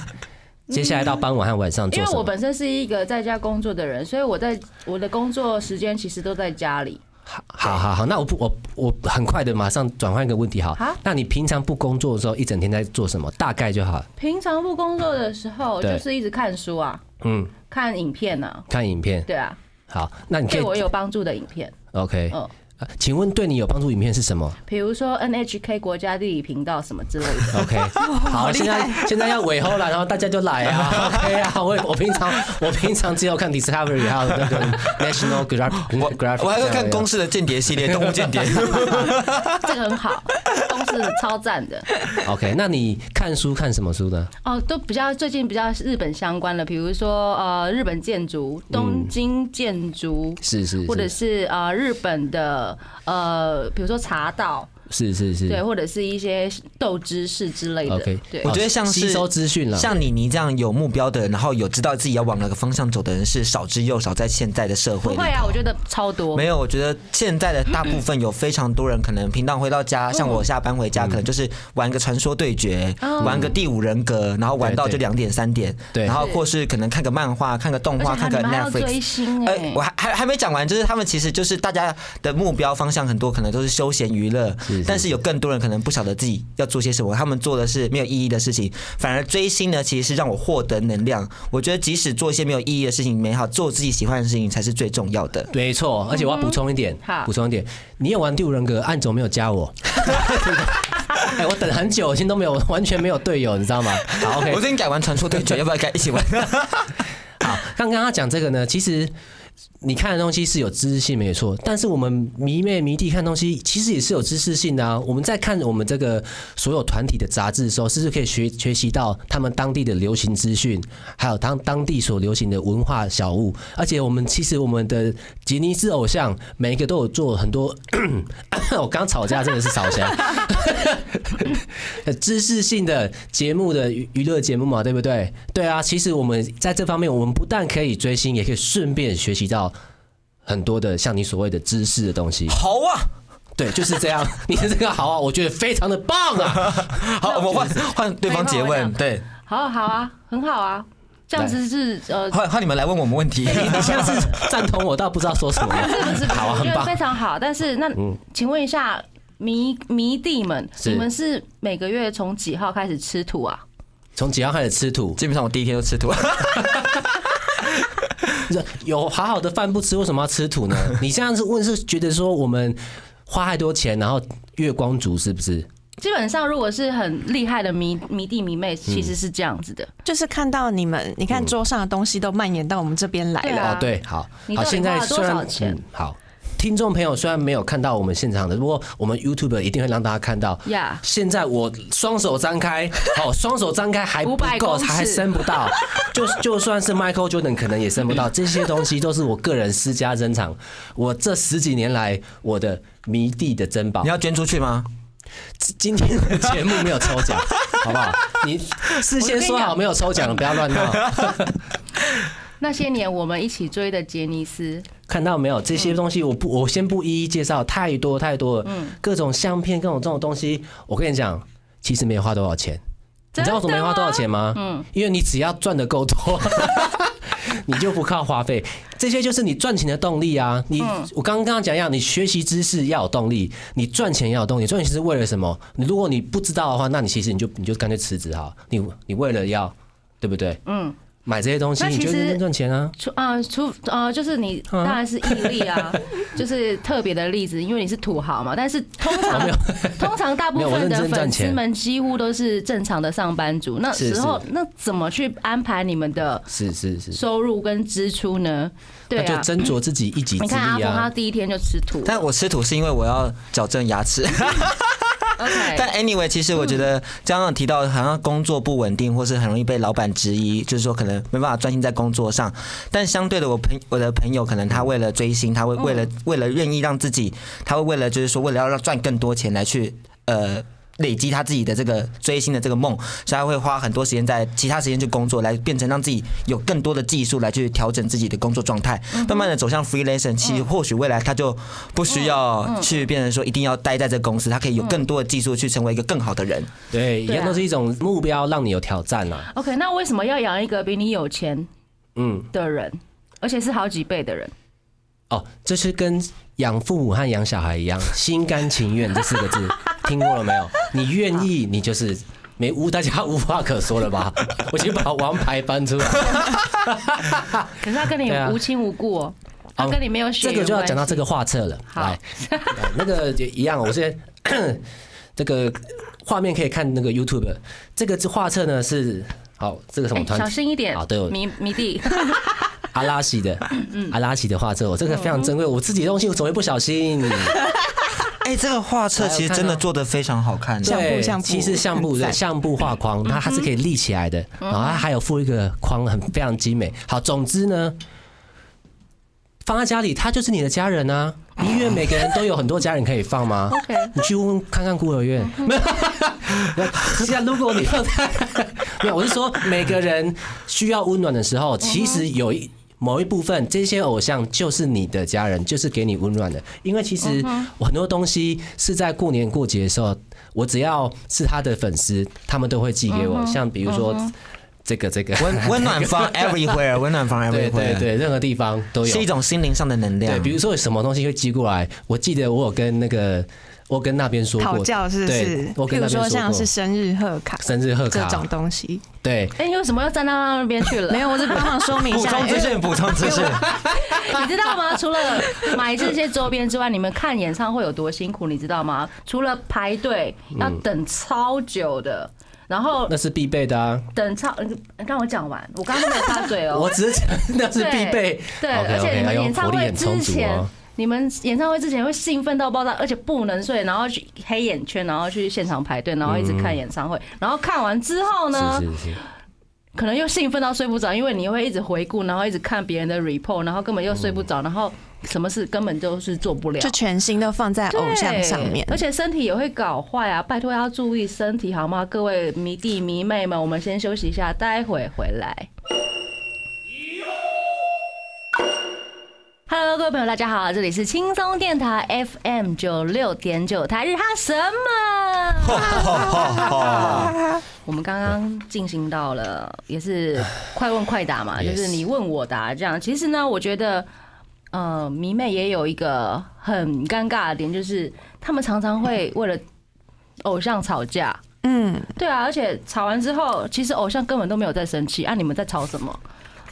C: 接下来到傍晚和晚上
B: 因
C: 做
B: 为
C: 什
B: 我
C: 么？
B: 本身是一个在家工作的人，所以我在我的工作时间其实都在家里。
C: 好好好，那我不我我很快的马上转换一个问题好
B: 好，
C: 那你平常不工作的时候，一整天在做什么？大概就好。
B: 平常不工作的时候，
C: 对
B: 就是一直看书啊，
C: 嗯，
B: 看影片啊，
C: 看影片。
B: 对啊，
C: 好，那你可
B: 对我
C: 以
B: 有帮助的影片，
C: OK、
B: 嗯，
C: 呃请问对你有帮助影片是什么
B: 比如说 NHK 国家地理频道什么之类 的。
C: ？OK，好，现在现在要尾后了，然后大家就来 啊，OK 啊，我我平常我平常只有看 Discovery 还有那个 National Geographic，
F: 我我还会看公
C: 司，
F: 式的间谍系列， 动物间谍。
B: 这个很好，公司超赞的
C: OK，那你看书看什么书呢？
B: 哦，都比较最近比较日本相关的，比如说呃日本建筑、东京建筑，
C: 是是
B: 或者是呃日本的呃比如说茶道，
C: 是是是，
B: 对，或者是一些斗知识之类的
C: OK
B: 对
F: 我。觉得像是
C: 吸收资讯了，
F: 像你你这样有目标的，然后有知道自己要往哪个方向走的人是少之又少，在现在的社会
B: 不
F: 里
B: 会啊，我嗯觉得超多
F: 没。有，我觉得现在的大部分有非常多人，可能平常回到家，像我下班回
C: 嗯
F: 家，可能就是玩个传说对决，
B: 哦
F: 玩个第五人格，然后玩到
C: 对对
F: 就两点三点，
C: 对
F: 然后或是可能看个漫画、看个动
B: 而且
F: 画、
B: 还
F: 看
B: 你
F: 个
B: 们还要追
F: Netflix。呃
B: 星哎、
F: 嗯哎，我还还还没讲完，就是他们其实就是大家的目标方向很多，可能都是休闲娱乐，
C: 是
F: 但是有更多人可能不晓得自己要做些什么，他们做的是没有意义的事情。反而追星呢，其实是让我获得能量。我觉得即使做一些没有意义的事情，美好做自己喜欢的事情才是最重要的。
C: 没错，而且我要补充一点
B: 好，
C: 补、充一点，你也玩第五人格，按总没有加我。 哎、我等很久，现在都没有，完全没有队友，你知道吗？ 好，OK，
F: 我最近改玩传说对决，要不要改一起玩？
C: 好， 刚刚他讲这个呢，其实你看的东西是有知识性没有错，但是我们迷妹迷弟看东西，其实也是有知识性的啊。我们在看我们这个所有团体的杂志的时候，是不是可以学学习到他们当地的流行资讯，还有当当地所流行的文化小物？而且我们其实我们的杰尼斯偶像每一个都有做很多， 我刚吵架真的是吵起来。知识性的节目的娱娱乐节目嘛，对不对？对啊，其实我们在这方面，我们不但可以追星，也可以顺便学习到很多的像你所谓的知识的东西。
F: 好啊，
C: 对，就是这样。 你这个好啊，我觉得非常的棒啊！
F: 好，我们换换对方诘问，对，
B: 好好啊，很好啊，这样子是呃，
F: 换换你们来问我们问题。
C: 你现在是赞同我，倒不知道说什么。
B: 是不是？
C: 好啊，
B: 我
C: 很
B: 觉得
C: 棒
B: 非。常好。但是那，请问一下迷迷弟们，
C: 是
B: 你们是每个月从几号开始吃土啊？
C: 从几号开始吃土？
F: 基本上我第一天就吃土，
C: 有好好的饭不吃，为什么要吃土呢？你这样子问是觉得说我们花太多钱，然后月光族是不是？
B: 基本上，如果是很厉害的迷迷弟迷妹，其实是这样子的。
E: 就是看到你们，你
C: 嗯
E: 看桌上的东西都蔓延到我们这边来
B: 对
E: 了。
B: 啊
C: 哦，对，好，
B: 你
C: 好，
B: 到底
C: 现在
B: 花了多
C: 虽然
B: 少钱
C: 嗯好，听众朋友虽然没有看到我们现场的，不过我们 YouTube 一定会让大家看到。
B: 呀
C: 现在我双手张开， 哦，双手张开还不
B: 500
C: 够，
B: 公尺
C: 还伸不 到。就就算是 Michael Jordan 可能也伸不到。这些东西都是我个人私家珍藏，我这十几年来我的迷弟的珍宝
F: 你。要捐出去吗？
C: 今天的节目没有抽 奖，好不好？你事先说好没有抽奖，不要乱闹。
B: 那些年我们一起追的杰尼斯，
C: 看到没有？这些东西我不，我先不一一介绍，太多太多了。各种相片，各种这种东西，我跟你讲，其实没花多少钱。你知道为什么没花多少钱吗？嗯，因为你只要赚的够多，你就不靠花费。这些就是你赚钱的动力啊！你我刚刚刚讲一样，你学习知识要有动力，你赚钱要有动力。赚钱是为了什么？你如果你不知道的话，那你其实你就你就干脆辞职好。你你为了要，对不对？嗯，买这些东西，
B: 那
C: 你
B: 其
C: 就
B: 实
C: 认真赚钱啊。
B: 除啊、除啊、就是你当然是毅力啊，就是特别的例子，因为你是土豪嘛。但是通常 通常大部
C: 哦没有我
B: 分
C: 认
B: 的
C: 真赚
B: 粉丝
C: 钱
B: 们几乎都是正常的上班族，那
C: 是
B: 时候那怎么去安排你们的
C: 是是是，
B: 收入跟支出呢？对
C: 那就
B: 啊，
C: 斟酌自己一己之
B: 你看阿
C: 力
B: 峰他
C: 啊。
B: 第一天就吃土
F: 但我吃土是因为我要矫正牙齿。 但
B: ，OK，
F: anyway，其实我觉得刚刚有提到，好像工作不稳定，或是很容易被老板质疑，就是说可能没办法专心在工作上。但相对的，我朋我的朋友可能他为了追星，他会为了为了愿意让自己，他会为了就是说为了要让赚更多钱来去呃。累积他自己的这个追星的这个梦，所以他会花很多时间在其他时间去工作，来变成让自己有更多的技术来去调整自己的工作状态，慢慢的走向 freelancer。其实或许未来他就不需要去变成说一定要待在这个公司，他可以有更多的技术去成为一个更好的人。
C: 对，一
B: 对啊
C: 样都是一种目标，让你有挑战啊。
B: OK，那为什么要养一个比你有钱
C: 嗯，
B: 的人，而且是好几倍的人？
C: 哦，这是跟养父母和养小孩一样，心甘情愿这四 个字，听过了没有？你愿意，你就是没无大家无话可说了 吧？我先把王牌翻出来，
B: 可是他跟你
C: 对啊
B: 无亲无故、哦，他
C: 哦
B: 跟你没有血
C: 这
B: 缘
C: 个就要讲到
B: 关系
C: 这个画册了。
B: 好
C: 来，来那个也一样，我现在 这个画面可以看那个 YouTube，这个画册呢是好，这个什么
B: 哎
C: 团体？
B: 小心一点，
C: 好对我
B: 迷迷弟，
C: 阿拉西的，
E: 嗯
C: 阿拉西的画册，我这个非常珍
E: 哦
C: 贵，我自己的东西我怎么会不小心？
F: 哎、这个画册其实真的做的非常好看的。
C: 对，
E: 相簿嗯
C: 其实相簿
E: 很
C: 对
E: 赞
C: 相簿画框，它它是可以立起来的，
E: 哦
C: 然后它还有附一个框，很非常精美。好，总之呢，放在家里，它就是你的家人啊。医院每个人都有很多家人可以放 吗
B: OK
C: 你去问问看看孤儿院。没有，现在如果你放在没有，我是说每个人需要温暖的时候，其实有一。某一部分，这些偶像就是你的家人，就是给你温暖的。因为其实我很多东西是在过年过节的时候，我只要是他的粉丝，他们都会寄给我。像比如说这个这个，
F: 温温暖方 everywhere，温暖方 everywhere，
C: 对对对，任何地方都有
F: 是一。种心灵上的能量。
C: 对，比如说有什么东西会寄过来，我记得我有跟那个我跟那边说
B: 啊
E: 讨
C: 过，
E: 教是不是
C: 对？我
E: 譬
C: 跟
E: 如
C: 那边
E: 说像
C: 过
E: 是生日贺卡
C: 生日贺
E: 这种
C: 卡，
E: 东西，
C: 对，
B: 哎，你为什么又站到那边去了？
E: 没有，我只帮忙说明一
F: 补
E: 下。
F: 充资讯，补充资讯。
B: 你知道吗？除了买这些周边之外，你们看演唱会有多辛苦，你知道吗？除了排队要等超久的，然后
C: 嗯那是必备的啊。
B: 等超，呃让我讲完，我刚刚都没有插嘴哦。
C: 我只是讲那是必备，
B: 对，
C: OK，OK，
B: 而且你
C: 哎
B: 们
C: 呦
B: 演唱
C: 活力
B: 会
C: 很
B: 之
C: 充足
B: 前
C: 哦。
B: 你们演唱会之前会兴奋到爆炸，而且不能睡，然后去黑眼圈，然后去现场排队，然后一直看演唱会，然后看完之后呢，
C: 嗯是是是，
B: 可能又兴奋到睡不着，因为你会一直回顾，然后一直看别人的 report，然后根本又睡不着，然后什么事根本就是做不了。
E: 就全心都放在
B: 对
E: 偶像上面，
B: 而且身体也会搞坏啊！拜托要注意身体好吗？各位迷弟迷妹们，我们先休息一下，待会回来。Hello，各位朋友，大家好，这里是轻松电台 FM 九六点九台日哈什么？我们刚刚进行到了，也是快问快答嘛，就是
C: Yes
B: 你问我答这样。其实呢，我觉得，呃，迷妹也有一个很尴尬的点，就是他们常常会为了偶像吵架。
E: 嗯，
B: 对啊，而且吵完之后，其实偶像根本都没有在生气啊，你们在吵什么？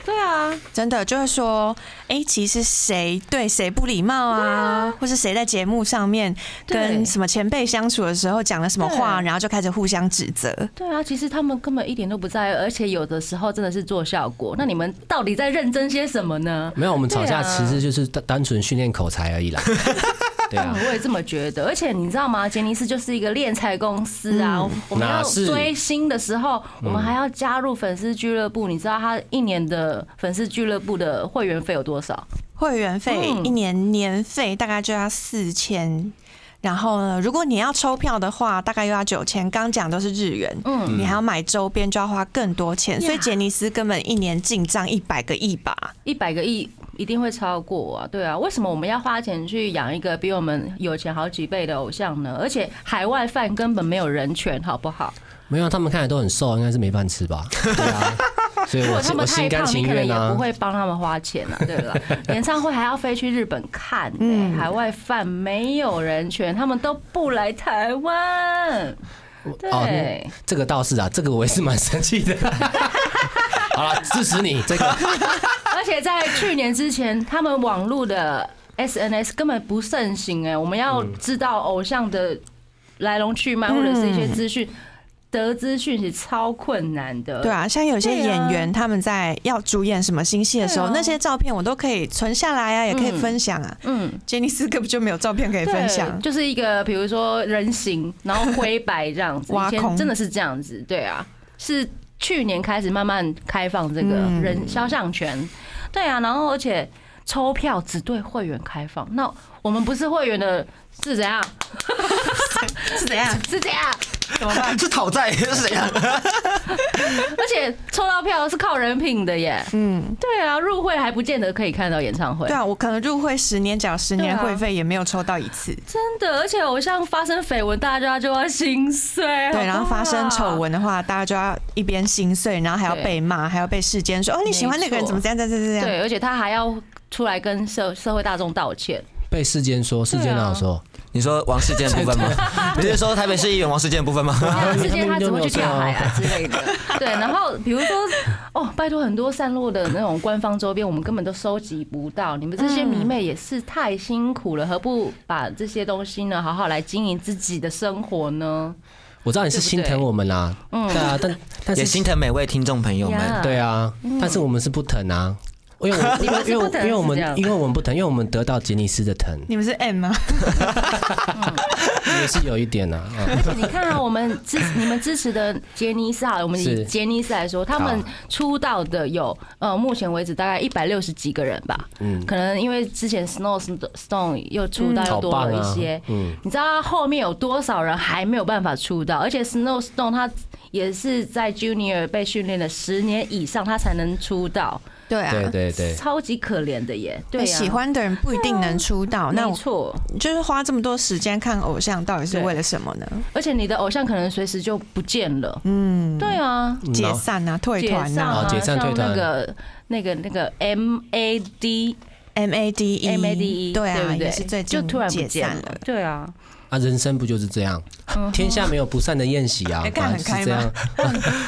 B: 对啊，
E: 真的就会说，哎、其实谁对谁不礼貌啊，或是谁在节目上面
B: 对
E: 跟什么前辈相处的时候讲了什么话，
B: 对
E: 然后就开始互相指责。
B: 对啊，其实他们根本一点都不在意，而且有的时候真的是做效果。那你们到底在认真些什么呢？
C: 没有我们吵架
B: 对啊
C: 其实就是单单纯训练口才而已 啦。对
B: 嗯
C: 啊，
B: 我也这么觉得，而且你知道吗？杰尼斯就是一个练财公司啊。我们要
C: 嗯哪是嗯
B: 追星的时候，我们还要加入粉丝俱乐部。你知道他一年的粉丝俱乐部的会员费有多少？
E: 会员费
B: 嗯
E: 一年年费大概就要四千。然后呢，如果你要抽票的话，大概又要九千。刚讲都是日元，嗯，你还要买周边就要花更多钱，所以杰尼斯根本一年进账一百个亿吧。
B: 一百个亿一定会超过啊！对啊，为什么我们要花钱去养一个比我们有钱好几倍的偶像呢？而且海外饭根本没有人权，好不好？
C: 没有他们看起来都很瘦，应该是没饭 吃吧？对啊，所以
B: 如果
C: 我
B: 他
C: 心
B: 们
C: 我
B: 太
C: 心甘
B: 胖，
C: 情
B: 你可能
C: 愿
B: 也
C: 啊
B: 不。会帮他们花钱 啊，对吧？演唱会还要飞去日本看、
C: 嗯
B: 欸，海外饭没有人权，他们都不来台湾。
C: 哦
B: 对，
C: 这个倒是啊，这个我也是蛮生气的。好了，支持你这个
B: 而且在去年之前，他们网络的 SNS 根本不盛行哎、我们要知道偶像的来龙去
C: 嗯
B: 脉或者是一些资讯，得资讯是超困难的。
E: 对，啊，像有些
B: 对啊
E: 演员他们在要主演什么新戏的时候，
B: 对啊
E: 那些照片我都可以存下来啊，也可以分享啊。
B: 嗯，
E: 杰尼斯根本就没有照片可以分享啊
B: 对，就是一个比如说人形，然后灰白这样子，
E: 挖
B: 以前
E: 空
B: 真的是这样子，对啊，是去年开始慢慢开放这个
E: 嗯
B: 人肖像权，对啊，然后而且抽票只对会员开放，那我们不是会员的是怎样？
E: 是怎样？
B: 是怎样？
F: 是讨债是谁啊？
B: 而且抽到票是靠人品的耶，
E: 嗯，
B: 对啊，入会还不见得可以看到演唱会
E: 对，啊，我可能入会十年缴十年
B: 对啊
E: 会费也没有抽到一次，
B: 真的，而且偶像发生绯闻，大家就要心碎，
E: 对，然后发生
B: 闻。
E: 丑闻的话，大家就要一边心碎，然后还要
B: 啊对
E: 被骂，还要被世间说哦你喜欢那个人怎么这样这样这样这样。
B: 对，而且他还要出来跟社社会大众道 歉。
C: 被世间
B: 啊
C: 说，世间哪有说？
F: 你说王世坚的部 分吗？你是说台北市议员王世坚的部分吗？
B: 那之啊间他只会去跳海啊之类的。 对，然后比如说，哦，拜托很多散落的那种官方周边，我们根本都收集不到。你们这些迷妹也是太辛苦了，何不把这些东西呢，好好来经营自己的生活呢？
C: 我知道你是心疼我们啦，
B: 嗯
C: 对啊，但但
F: 也
C: 是
F: 心疼每位听众朋友们。
B: 呀
C: 对啊，但是我们是不疼啊，因为我
B: 嗯 你
C: 因
B: 们
C: 为
B: 是
C: 因
B: 不
C: 为
B: 疼
C: 因为我
B: 是这样
C: 们因为我们不疼，因为我们得到杰尼斯的疼，
E: 你们是 M 吗？
C: 也是有一点啊。嗯
B: 而且你看啊，我们支 你们支持的杰尼斯好啊了，我们以
C: 是
B: 杰尼斯来说，他们出道的有呃，目前为止大概一百六十几个人吧。嗯，可能因为之前 Snow Stone 又出道又
C: 好
B: 多
C: 棒
B: 了
C: 啊
B: 一些，
C: 嗯
B: 你知道他后面有多少人还没有办法出道？而且 Snow Stone 他也是在 Junior 被训练了十年以上，他才能出道，
E: 对啊，
C: 对对对，
B: 超级可怜的耶。对
E: 你
B: 啊，
E: 哎喜欢的人不一定能出道，那
B: 没
E: 我
B: 错，
E: 就是花这么多时间看偶像，到底是
B: 对
E: 为了什么
C: 嗯
E: 呢？
B: 而且你的偶像可能随时就不见了。嗯，对啊，
E: 解散啊，退
B: 解
E: 团
B: 散
E: 啊
B: 啊，
C: 哦解散
B: 像
C: 退团
B: 那个那个那个 M A D
E: M A D E
B: M A D E，
E: 对啊，
B: 不对？
E: 也是最近
B: 就突然不
E: 解
B: 见
E: 散了。，
B: 对啊，
C: 啊，人生不就是这样？
B: 嗯
C: 天下没有不散的宴席啊，
E: 哎干
C: 反而
E: 很
C: 是
E: 开
C: 这
E: 吗
C: 样。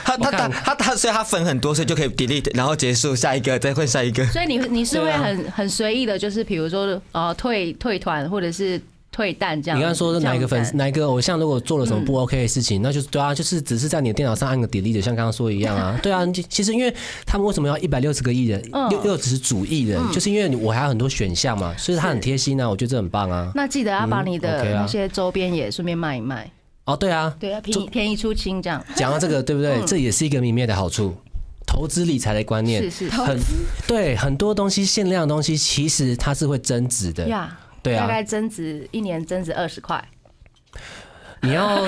F: 他他他他他，所以他粉很多，所以就可以 delete，然后结束下一个，再换下一个。
B: 所以你你是
C: 啊
B: 会很、很随意的，就是比如说呃退退团或者是退蛋这样。
C: 你刚刚说的哪一个粉
B: 这
C: 丝、
B: 样嗯
C: 哪一个偶像如果做了什么不 OK 的事情，那就是对啊，就是只是在你的电脑上按个 delete，像刚刚说的一样啊。对啊，你其实因为他们为什么要一百六十个艺人，
B: 嗯
C: 六六只是主艺人，就是因为你我还有很多选项嘛，所以他很贴心啊，我觉得这很棒啊。
B: 那记得要把你的
C: 嗯，OK 啊
B: 那些周边也顺便卖一卖，
C: 哦，对啊，
B: 对，要嗯便宜便宜出清这样。
C: 讲到这个，对不对？这也是一个明灭的好处，投资理财的观念
B: 是是
C: 很对，很多东西限量的东西，其实它是会增值的。
B: 呀，
C: 对啊
B: 大概增值一年增值二十块，
C: 你 要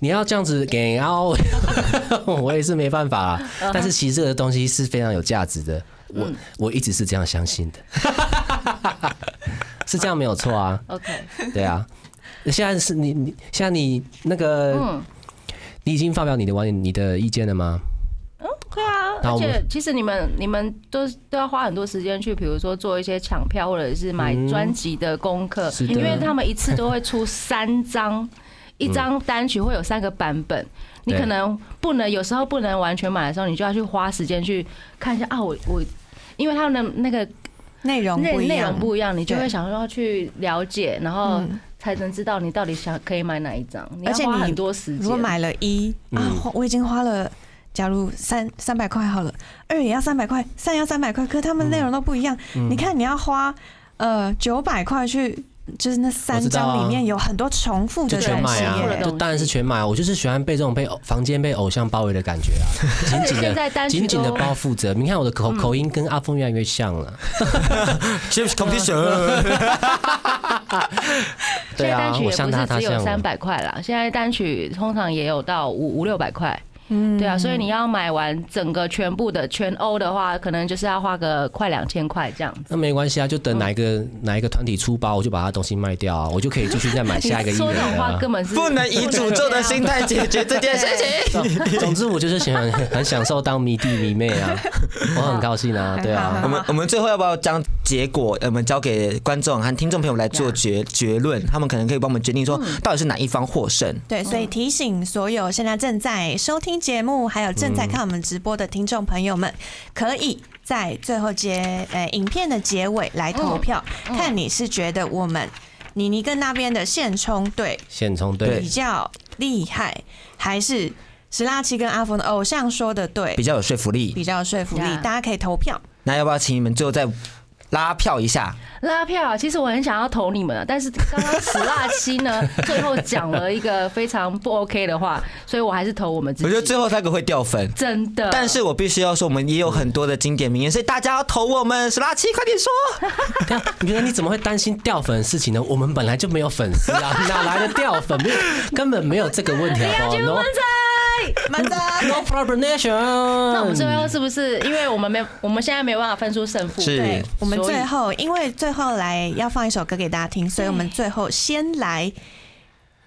C: 你要这样子给凹， 我也是没办法啦。
B: 嗯
C: 但是其实这个东西是非常有价值的，我我一直是这样相信的， 是这样没有错啊，
B: OK，
C: 对啊。现在是你你现在你那个、
B: 嗯，
C: 你已经发表你的观点你的意见了吗？
B: 对啊，
C: 那
B: 而
C: 我们
B: 且其实你们你们都都要花很多时间去，比如说做一些抢票或者是买专辑的功课，
C: 嗯是的嗯
B: 因为他们一次都会出三张，一张单曲会有三个版本，你
C: 对
B: 可能不能有时候不能完全买的时候，你就要去花时间去看一下啊，我我。因为他们的那个
E: 内容
B: 内
E: 不一
B: 内
E: 样
B: 容，不一样，你就
E: 对
B: 会想说要去了解，然后
E: 嗯
B: 才能知道你到底想可以买哪一张。你要
E: 而且
B: 花
E: 你
B: 很多时间。
E: 如果买了一
C: 嗯
E: 啊，花我已经花了。假如三三百块好了，二也要三百块，三也要三百块，可他们内容都不一样。
C: 嗯
E: 你看，你要花呃九百块去，就是那三
C: 我知道啊
E: 张里面有很多重复
C: 就
E: 的
C: 全
E: 东西
C: 买啊
B: 全部的
E: 耶
B: 东，西
C: 就当然是全买啊。我就是喜欢被这种被偶房间被偶像包围的感觉啊，紧
B: 而且
C: 紧
B: 现
C: 的。
B: 在单曲
C: 紧紧的
B: 都嗯
C: 包覆着，你看我的口口音跟阿峰越来越像了。
F: Chips competition，
B: 现
C: 对
B: 在单
C: 啊，
B: 曲
C: 我
B: 也
C: 像他，
B: 不
C: 他
B: 是只有
C: 像
B: 三
C: 我。
B: 百块啦，现在单曲通常也有到五五六百块。
E: 嗯
B: 对啊，所以你要买完整个全部的全欧的话，可能就是要花个快两千块这样子。
C: 那没关系啊，就
B: 嗯
C: 等哪一个、哪一个团体出包，我就把他东西卖掉啊，我就可以继续再买下一个 艺
B: 说
C: 人
B: 这种
C: 了
B: 话
C: 啊。
B: 根本是
F: 不能以诅咒的心态解决这件事情。
C: 总 总之，我就是喜欢很享受当迷弟迷妹 啊，我很高兴啊，对
E: 很好
C: 啊
F: 我
E: 很。
F: 们我们最后要不要将结果，呃我们交给观众和听众朋友来做决结论？他们可能可以帮我们决定说，到底是哪一方获胜。
E: 对，所以提醒所有现在正在收听节目，还有
C: 嗯
E: 正在看我们直播的听众朋友们，可以在最后结呃影片的结尾来投票，看你是觉得我们妮妮跟那边的现充队
C: 现充
F: 对
C: 对
E: 比，较厉害，还是石拉奇跟阿峰的偶像说的对
F: 比，较有说服力。
E: 比较有说服力
B: Yeah
E: 大家可以投票。
F: 那要不要请你们最后再拉票一下？
B: 拉票。啊其实我很想要投你们啊，但是刚刚史辣七 呢，最后讲了一个非常不 OK 的话，所以我还是投我们自
F: 我觉得
B: 己。
F: 最后那个会掉分。
B: 真的，
F: 但是我必须要说，我们也有很多的经典名言，所以大家要投我们史拉奇，快点说！
C: 对啊，你觉得你怎么会担心掉粉的事情呢？我们本来就没有粉 丝啊，哪来的掉粉？没有根本没有这个问
B: 哎
C: 题好不好
B: 军万
C: ？No
F: 嗯
B: 岁。
E: 满分，
C: No problem nation。
B: 那
C: 那
B: 我们最后是不是因为我们没，我们现在没有办法分出胜负？
F: 是
E: 对我们
B: 所以
E: 最后，因为最后来要放一首歌给大家听，所以
B: 嗯
E: 我们最后先来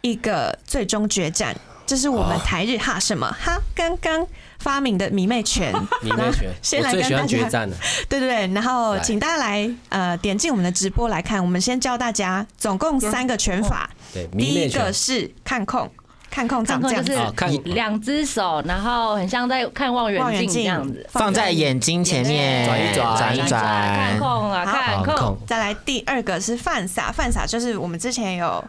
E: 一个最终决战，这是
C: 哦
E: 我们台日哈什么哈刚刚发明的迷妹 拳，
C: 你妹 选，
E: 先
C: 我
E: 来
C: 最
E: 跟
C: 喜
E: 大
C: 欢决
E: 家，
C: 战了。
E: 对对对，然后
C: 来
E: 请大家来呃点进我们的直播来看，我们先教大家总共三个拳法，
C: 对，
E: 第
C: 迷妹
E: 一
C: 拳
E: 个是看控，看控
B: 看
E: 长
B: 空
E: 这
B: 就
E: 样子
B: 是
C: 啊看
B: 两只手，然后很像在看望
E: 望
B: 远
E: 远
B: 镜这
E: 镜
B: 样子。
F: 放在眼睛前面，
C: 转一转
F: 转一
B: 看
F: 转。
B: 空啊，
E: 好
B: 看
C: 好
B: 空
C: 控。
E: 再来第二个是犯傻，犯傻就是我们之前有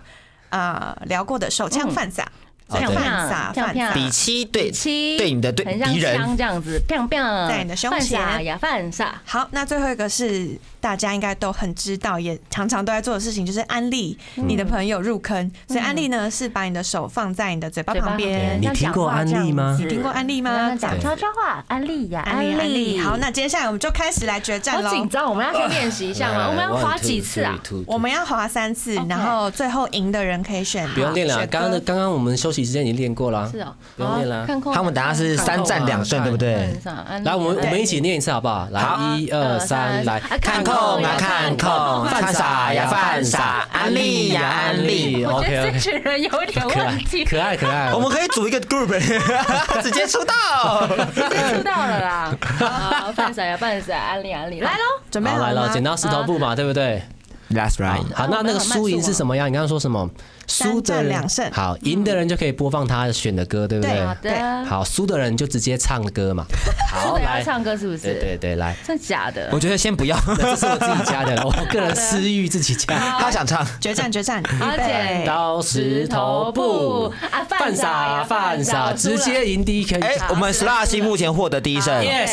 E: 呃聊过的手枪犯傻，
C: 嗯
E: 手枪犯傻，
B: 这样
E: 犯傻
B: 这
F: 比七对
B: 七
F: 对你的对
B: 很像
F: 敌人
B: 枪这样子，砰砰，
E: 在你的胸
B: 犯
E: 前
B: 傻呀，犯傻。
E: 好，那最后一个是大家应该都很知道，也常常都在做的事情，就是安利你的朋友入坑。所以安利呢是把你的手放在你的嘴巴
B: 嗯嘴巴
E: 旁边
C: 边。你
B: 像哎
C: 听
B: 讲
C: 过
B: 话
C: 安
B: 这样
C: 利吗
B: 子
E: 你听过安利吗
B: 那啊讲
C: 对
B: 悄悄话，安利呀，
E: 安利安利，好，那接下来我们就开始来决战
B: 好
E: 喽
B: 紧。张，我们要先练习一下吗？我们要划几次啊？
E: 我们要划三次，
B: OK
E: 然后最后赢的人可以选。
C: 不用练了，
E: 选歌
C: 刚刚的刚刚我们休息时间已经练过了啊。
B: 是哦，
C: 不用练了
B: 好看空。
F: 他们等下是三战两胜，对不对？
B: 犯傻安利
C: 来，我们
B: 安
C: 我
B: 利
C: 们一起念一次好不好？来，一二三，来，
B: 啊
C: 看
B: 空
F: 控啊看控，犯傻呀犯傻，安利呀安利。
B: 我觉得
C: OK，OK
B: 这群人有点
C: 可爱
B: 问题，
C: 可爱可爱，
F: 我们可以组一个 group，直接出道。
B: 知道了 啦。好，半闪呀，半闪，安利安利，来喽！
E: 准备
C: 好
E: 好
C: 来
E: 了
C: 了，
E: 吗
C: 剪？刀石头布嘛，对不对？
F: That's right。
C: 好，那那个输赢是什么样？你刚刚说什么？输的
E: 战
C: 人
E: 两胜
C: 好，赢的人就可以播放他选的歌，对不
E: 对
C: 对
B: 好？的，
C: 好，输的人就直接唱歌嘛。好，
B: 真的要
C: 来，
B: 唱歌是不
C: 对
B: 是？
C: 对对，来，
B: 真假的
F: 我？觉得先不要，
C: 这是我自己加的了，我个人私欲自己加。
F: 他想唱。
E: 决战决战，预
B: 好
E: 备
B: 剪，
C: 刀石头布
B: 啊，
C: 犯
B: 犯傻
C: 傻
B: 呀
C: 犯
B: 犯
C: 傻，
B: 傻
C: 直接赢第一圈。
F: 哎，我们 Slash 目前获得第一胜。
B: 来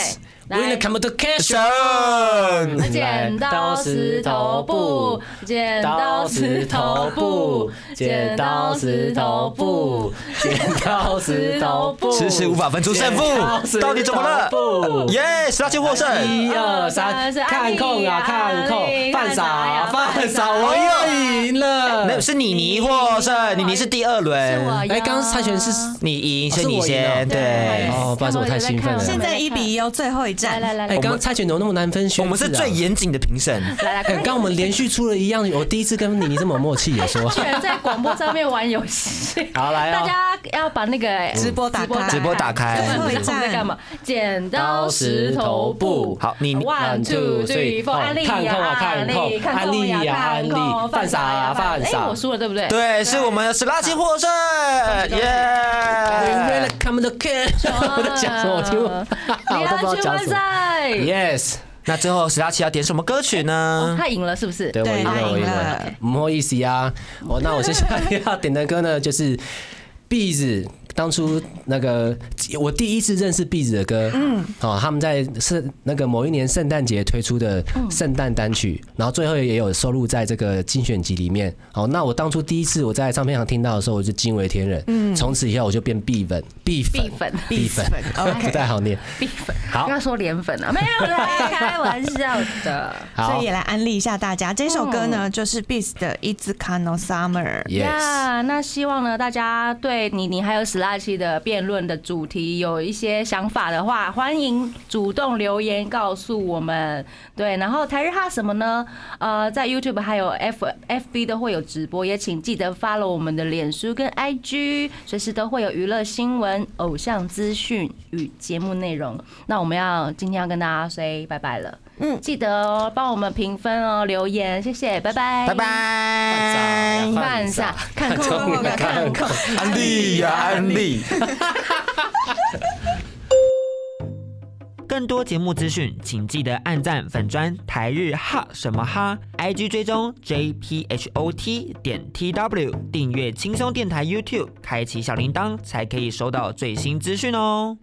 C: Yes，win the competition。
F: 胜。
B: 剪刀石头布，剪刀石头布，剪刀石头布，
C: 剪刀石头布，
F: 迟迟无法分出胜负到底怎么了耶！Slash 获胜。
C: 一二三，看控啊，看控，犯傻啊，犯傻，我又赢了。
F: 没有，是呃你妮获胜，你妮是第二
B: 是我
F: 轮，
B: 呀
C: 哎，刚刚猜拳是
F: 你赢，
C: 哦
F: 是你
C: 是我赢
F: 先，
C: 哦
F: 对。
C: 哦不好意思我太兴奋了
E: 现在一比一哦，最后一
B: 来
E: 战，
B: 来来
C: 哎，
B: 来
C: 刚刚猜拳怎么那么难分选？
F: 我们是最。严谨的评审，
B: 来来，
C: 哎，刚刚我们连续出了一样，我第一次跟你这么有默契，也 说
B: 居然在广播上面玩游戏。
C: 好来
B: 大
C: 哦。
B: 家要把那个
E: 嗯直播打开
F: 直播打开
B: 要不然不知道我们在干嘛？剪刀石头布。
F: 好，你
B: One two three four，安利
C: 看
B: 呀，
C: 空啊
B: 安利，
C: 看
B: 看空
C: 空
B: 呀，
C: 安
B: 看
C: 利呀安
B: 空，
C: 利犯傻啊犯傻
B: 哎，我输了对不对？
F: 对，是我们的史拉奇获胜，
B: 你要去
C: 我在讲什么？我听不，我都不知道
F: 耶！
C: 讲
B: 问
C: 什么。
B: 赛。
C: Yes，
F: 那最后史拉奇要点什么歌曲呢？
B: 他赢了是不是？
C: 对我赢
E: 他
C: 了，我
E: 赢
C: 赢了。
E: 了，
C: 不好意思呀、我、那我接下来要点的歌呢，就是壁纸。当初那个我第一次认识壁纸的歌，嗯，哦，他们在圣那个某一年圣诞节推出的圣诞单曲，然后最后也有收录在这个精选集里面。哦，那我当初第一次我在唱片行听到的时候，我就惊为天人，嗯，从此以后我就变壁粉，壁粉
B: 必，粉，
C: 壁粉， 不太好念。
B: 必粉。
C: 好
B: 刚刚说脸粉啊，没有啦，开玩笑的。
E: 所
C: 好
E: 以也来安利一下大家，这首歌呢
B: 哦
E: 就是 Beast 的《i z k a n o Summer》。
C: ，Yes，
B: 呀那希望呢，大家对你你还有史拉奇的辩论的主题有一些想法的话，欢迎主动留言告诉我们。对，然后台日哈什么呢？呃，在 YouTube 还有 F FB 都会有直播，也请记得 follow 我们的脸书跟 IG，随时都会有娱乐新闻、偶像资讯与节目内容。那我们要今天要跟大家 say 拜拜了，嗯，记得哦，帮我们评分哦，留言，谢谢，拜拜，
F: 拜。拜。
B: 犯傻，看空看看空，
F: 安利呀，安利。
D: 更多节目资讯，请记得按赞粉砖台日哈什么哈，IG 追踪 JPHOT 点 TW，订阅轻松电台 YouTube，开启小铃铛才可以收到最新资讯哦。